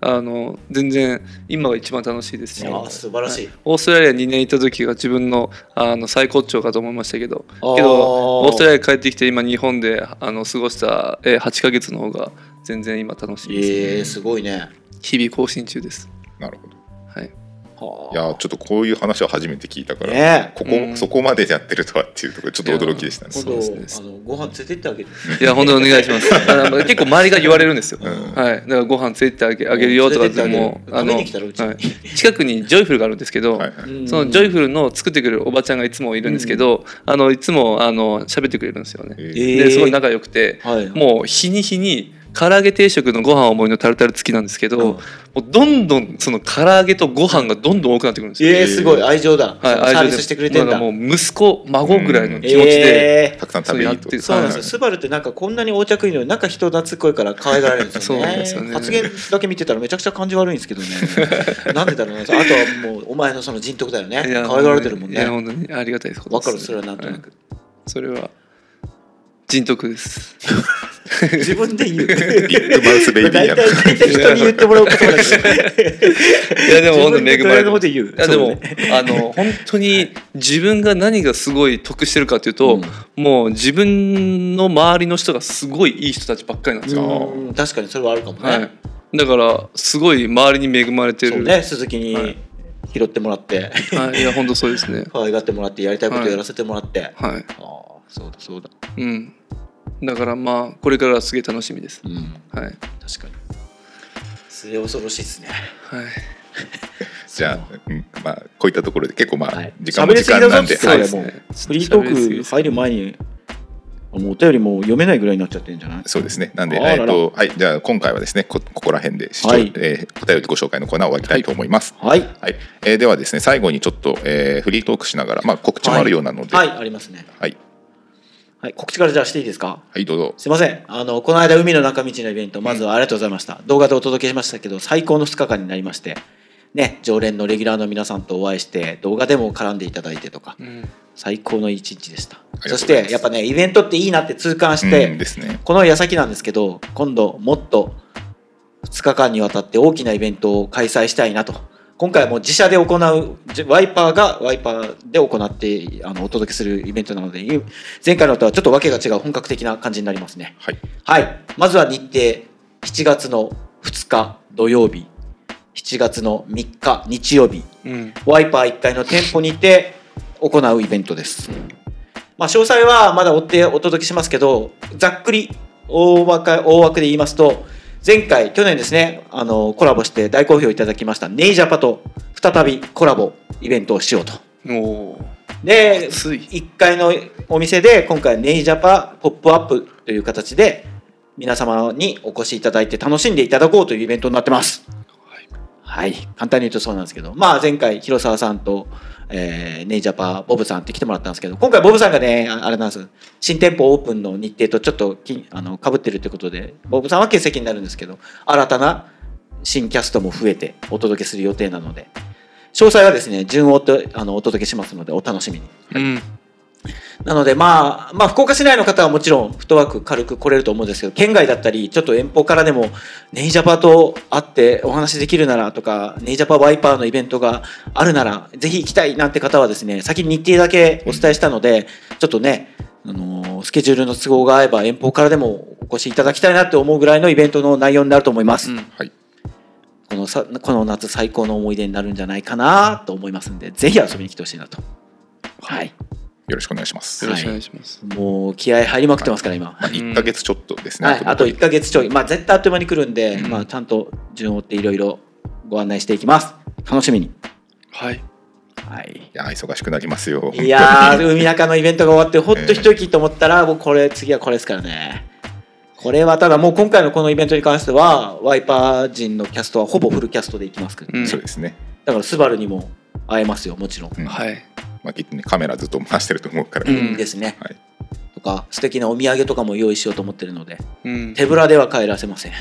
あの全然今が一番楽しいですしいや素晴らしい。オーストラリア2年いた時が自分のあの最高潮かと思いましたけどあーけどオーストラリア帰ってきて今日本であの過ごしたえー8ヶ月の方が全然今楽しいです、えー、すごいね。日々更新中ですなるほどはいいやーちょっとこういう話は初めて聞いたから、ねこうこんそこまでやってるとはっていうところちょっと驚きでしたね今そう度、ですねあのご飯連れてってあげて。いや本当にお願いします あの結構周りが言われるんですよ、うんはい、だからご飯ついてあげあげるよとかってもうああのの、食べはに来たらうちに。い、近くにジョイフルがあるんですけど、はいはいそのジョイフルの作ってくれるおばちゃんがいつもいるんですけど、あのいつもあの喋ってくれるんですよねえ。ーえーですごい仲良くてはい。もう日に日に唐揚げ定食のご飯を盛りのタルタル付きなんですけど、もうどんどんその唐揚げとご飯がどんどん多くなってくるんですよ。えー、すごい愛情だ。はい、サー愛ビス情でしてくれてんなだ。んかもう息子孫ぐらいの気持ちで、えたくさん食べに行くそうとやってー、そうなんですよ。はいスバルってなんかこんなに横着いいのに中人懐っこいから可愛がられるんですよね。そうなんですよね発言だけ見てたらめちゃくちゃ感じ悪いんですけどね。なんでだろうな。あとはもうお前のその人徳だよね。いや可愛がられてるもんいやね。本当にありがたいことわでかす。るそれはなんとなく。それは人 徳です。自分で言う。ビッグマウスベイビーや大な体大体人に言ってもらうことだし。いやでも本当に恵自分で捉えまれてるまこすと言う。いやでそも、うねあの本当に自分が何がすごい得してるかというと、もう自分の周りの人がすごいいい人たちばっかりなんですよ、うん確かにそれはあるかもね。はい、だからすごい周りに恵まれてそうる、ね鈴木はいに拾ってもらって、はい、いや本当そうですね可愛がってもらってやりたいことやらせてもらって、あはいあーそうだそうだ、うんだからまあこれからすげえ楽しみですうん、はい、はい、確かに末恐ろしいですねじゃあ、うんまあ、こういったところで結構まあ、はい時間も時間なんで、喋りすぎだぞれはいもうフリートーク入る前にもうお便りもう読めないぐらいになっちゃってるんじゃないそうですね。なんで、あらえっ、らと、はい、じゃあ、今回はですね、こ、ここら辺で視聴、はいえーお便りご紹介のコーナーを終わりたいと思います。はいはい、えーではですね、最後にちょっと、えーフリートークしながら、まあ、告知もあるようなので、ははい、いありますねはい、はい告知からじゃあしていいですかどうぞ。すいませんあのこの間海の中道のイベントまずはありがとうございました、動画でお届けしましたけど最高の2日間になりましてね常連のレギュラーの皆さんとお会いして動画でも絡んでいただいてとかうん、最高の一日でしたそりがとうございましすてやっぱねイベントっていいなって痛感うして、んですね。この矢先なんですけど今度もっと2日間にわたって大きなイベントを開催したいなと今回はもう自社で行うじワイパーがワイパーで行ってあのお届けするイベントなのでい前回のとはちょっと訳が違う本格的な感じになりますねはい、はいまずは日程7月の2日土曜日7月の3日日曜日うん、ワイパー1階の店舗にて行うイベントです。まあ、詳細はまだ追ってお届けしますけど、ざっくり大枠大枠で言いますと、前回、去年ですね、あのコラボして大好評いただきましたネイジャパと再びコラボイベントをしようと。おーで、つい1階のお店で今回ネイジャパポップアップという形で皆様にお越しいただいて楽しんでいただこうというイベントになってます。はい、簡単に言うとそうなんですけど、まあ、前回広沢さんと、えーネイジャパボブさんって来てもらったんですけど今回ボブさんがねああれなんです新店舗オープンの日程とちょっときあの被ってるってことでボブさんは欠席になるんですけど新たな新キャストも増えてお届けする予定なので詳細はですね順を追ってあのお届けしますのでお楽しみに。うんなので、まあ、まあ、福岡市内の方はもちろん、フットワーク軽く来れると思うんですけど、県外だったり、ちょっと遠方からでも、ネイジャパと会ってお話しできるならとか、ネイジャパワイパーのイベントがあるなら、ぜひ行きたいなんて方はですね、先に日程だけお伝えしたので、ちょっとね、あのースケジュールの都合が合えば遠方からでもお越しいただきたいなって思うぐらいのイベントの内容になると思います。うんはい、このさこの夏最高の思い出になるんじゃないかなと思いますんで、ぜひ遊びに来てほしいなと。はい。よろしくお願いします。よろしくお願いします、もう気合入りまくってますから、今。まあ、うん一ヶ月ちょっとですね。はい、あと1ヶ月ちょい、まあ、絶対あっという間に来るんで、うんまあ、ちゃんと順を追っていろいろご案内していきます楽しみに、はいはい、いや、忙しくなりますよ。いやー海中のイベントが終わってほっと一息と思ったらもうこれ次はこれですからねこれはただもう今回のこのイベントに関してはワイパー人のキャストはほぼフルキャストでいきますけど、うんそうですね。だからスバルにも会えますよもちろん、うんはいまあ、きっとね、カメラずっと回してると思うから。うんですね、はいとか素敵なお土産とかも用意しようと思ってるのでうん手ぶらでは帰らせません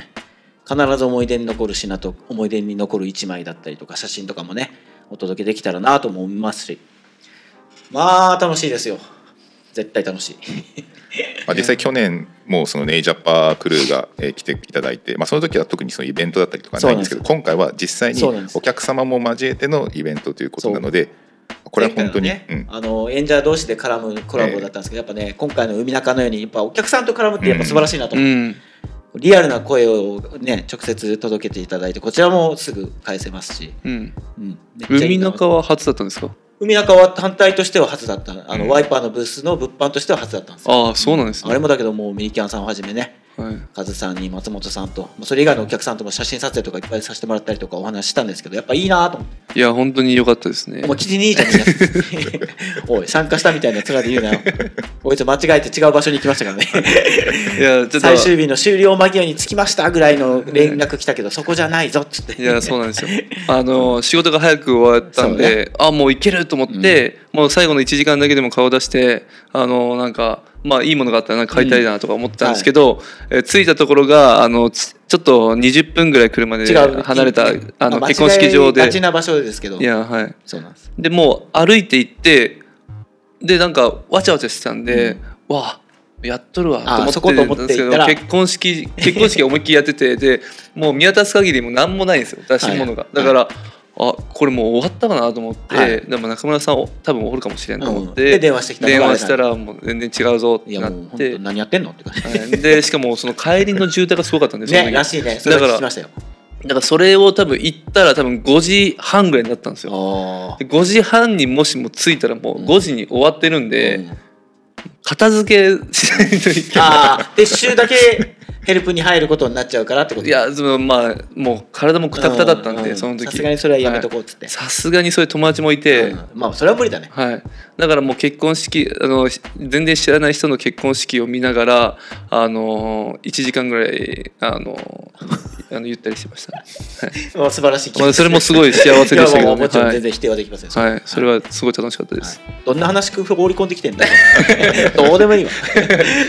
必ず思い出に残る品と思い出に残る一枚だったりとか写真とかもねお届けできたらなとも思いますしまあ楽しいですよ絶対楽しい。まあ、実際去年もそのネイジャパークルーがえー来ていただいて、まあ、その時は特にそのイベントだったりとかはないんですけど今回は実際にそうなんですお客様も交えてのイベントということなのでこれは本当に、前回うのねんあの演者同士で絡むコラボだったんですけど、やっぱね今回の海中のようにやっぱお客さんと絡むってやっぱ素晴らしいなとう思う、んリアルな声をね直接届けていただいてこちらもすぐ返せますし、うん、うん、めっちゃい海いな中は初だったんですか海中は反対としては初だったあの、うんワイパーのブースの物販としては初だったんですよああそうなんですあねれもだけどもうミリキャンさんをはじめねはい、カズさんに松本さんとまあそれ以外のお客さんとも写真撮影とかいっぱいさせてもらったりとかお話ししたんですけどやっぱいいなと思っていや本当に良かったですね思いっきりにいいじゃんみんな おい参加したみたいな面で言うなよこいつ間違えて違う場所に行きましたからねいやちょっと最終日の終了間際に着きましたぐらいの連絡来たけどそこじゃないぞっつっていやそうなんですよあの仕事が早く終わったんで、あもういけると思って、もう最後の1時間だけでも顔出してあのなんかまあいいものがあったらなんか買いたいなとか思ってたんですけど、え着いたところがあのつちょっと20分ぐらい車で違う離れたあのま結婚式間場違いでがちな場所ですけどいやはいそうなんですでもう歩いて行ってでなんかわちゃわちゃしてたんで、わあやっとるわとあ思そこと思っってたてんですけ行ったどら結婚式結婚式思いっきりやっててでもう見渡す限りもう何もないんですよ出し物が、はいだから、あこれもう終わったかなと思って、はいでも中村さんお多分おるかもしれんと思っうんて、で電話してきたの電話したらもう全然違うぞっいてやなもっう本て当何やってんのって感じはいでしかもその帰りの渋滞がすごかったんですよねらしいねそれだかはら聞きましたよだからそれを多分行ったら多分5時半ぐらいになったんですよあで5時半にもしも着いたらもう5時に終わってるんで、うん片付けしないといけなああ撤収だけヘルプに入ることになっちゃうからってことい。いやそのまあもう体もくたくただったんで、ううその時さすがにそれはやめとこうっつって、さすがにそういう友達もいて、うんまあそれは無理だねはい、だからもう結婚式あのし全然知らない人の結婚式を見ながらあの1時間ぐらいあのあのゆったりしてました、まあ素晴らしいまあ、それもすごい幸せ いでやしたけもどうねもちろんは全い然否定はできません、はい、それはすごい楽しかったです、どんな話放り込んできてんだよどうでもい いわ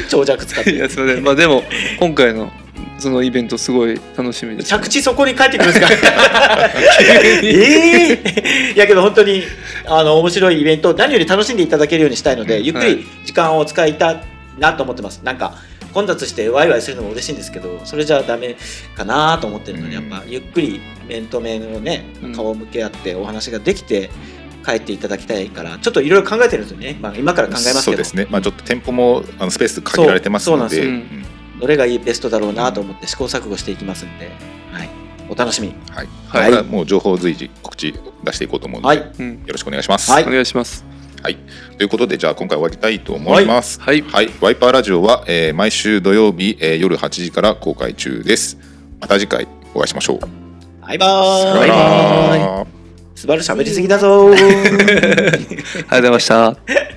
長尺使っ いてやすみませんまあでも今回のそのイベントすごい楽しみです、着地そこに帰ってくるんですかええいやけど本当にあの面白いイベントを何より楽しんでいただけるようにしたいのでゆっくはいり時間を使いたいなと思ってますなんか混雑してワイワイするのも嬉しいんですけどそれじゃダメかなと思ってるので、うんやっぱゆっくり面と面をねうん顔を向け合ってお話ができて帰っていただきたいからちょっといろいろ考えてるんですよね、まあ、今から考えますけどそうですね、まあ、ちょっと店舗もあのスペース限られてますのでそうそううなんですんどれがいいベストだろうなと思って試行錯誤していきますんで、はい、お楽しみにはいはいこれはもう情報随時告知出していこうと思うのはで、いようん、ろしくお願いします。はいお願いしますということでじゃあ今回終わりたいと思います。はいはい、ワイパーラジオは、えー毎週土曜日、えー夜8時から公開中です。また次回お会いしましょう。バイバーイバイバーイスバル喋りすぎだぞーありがとうございました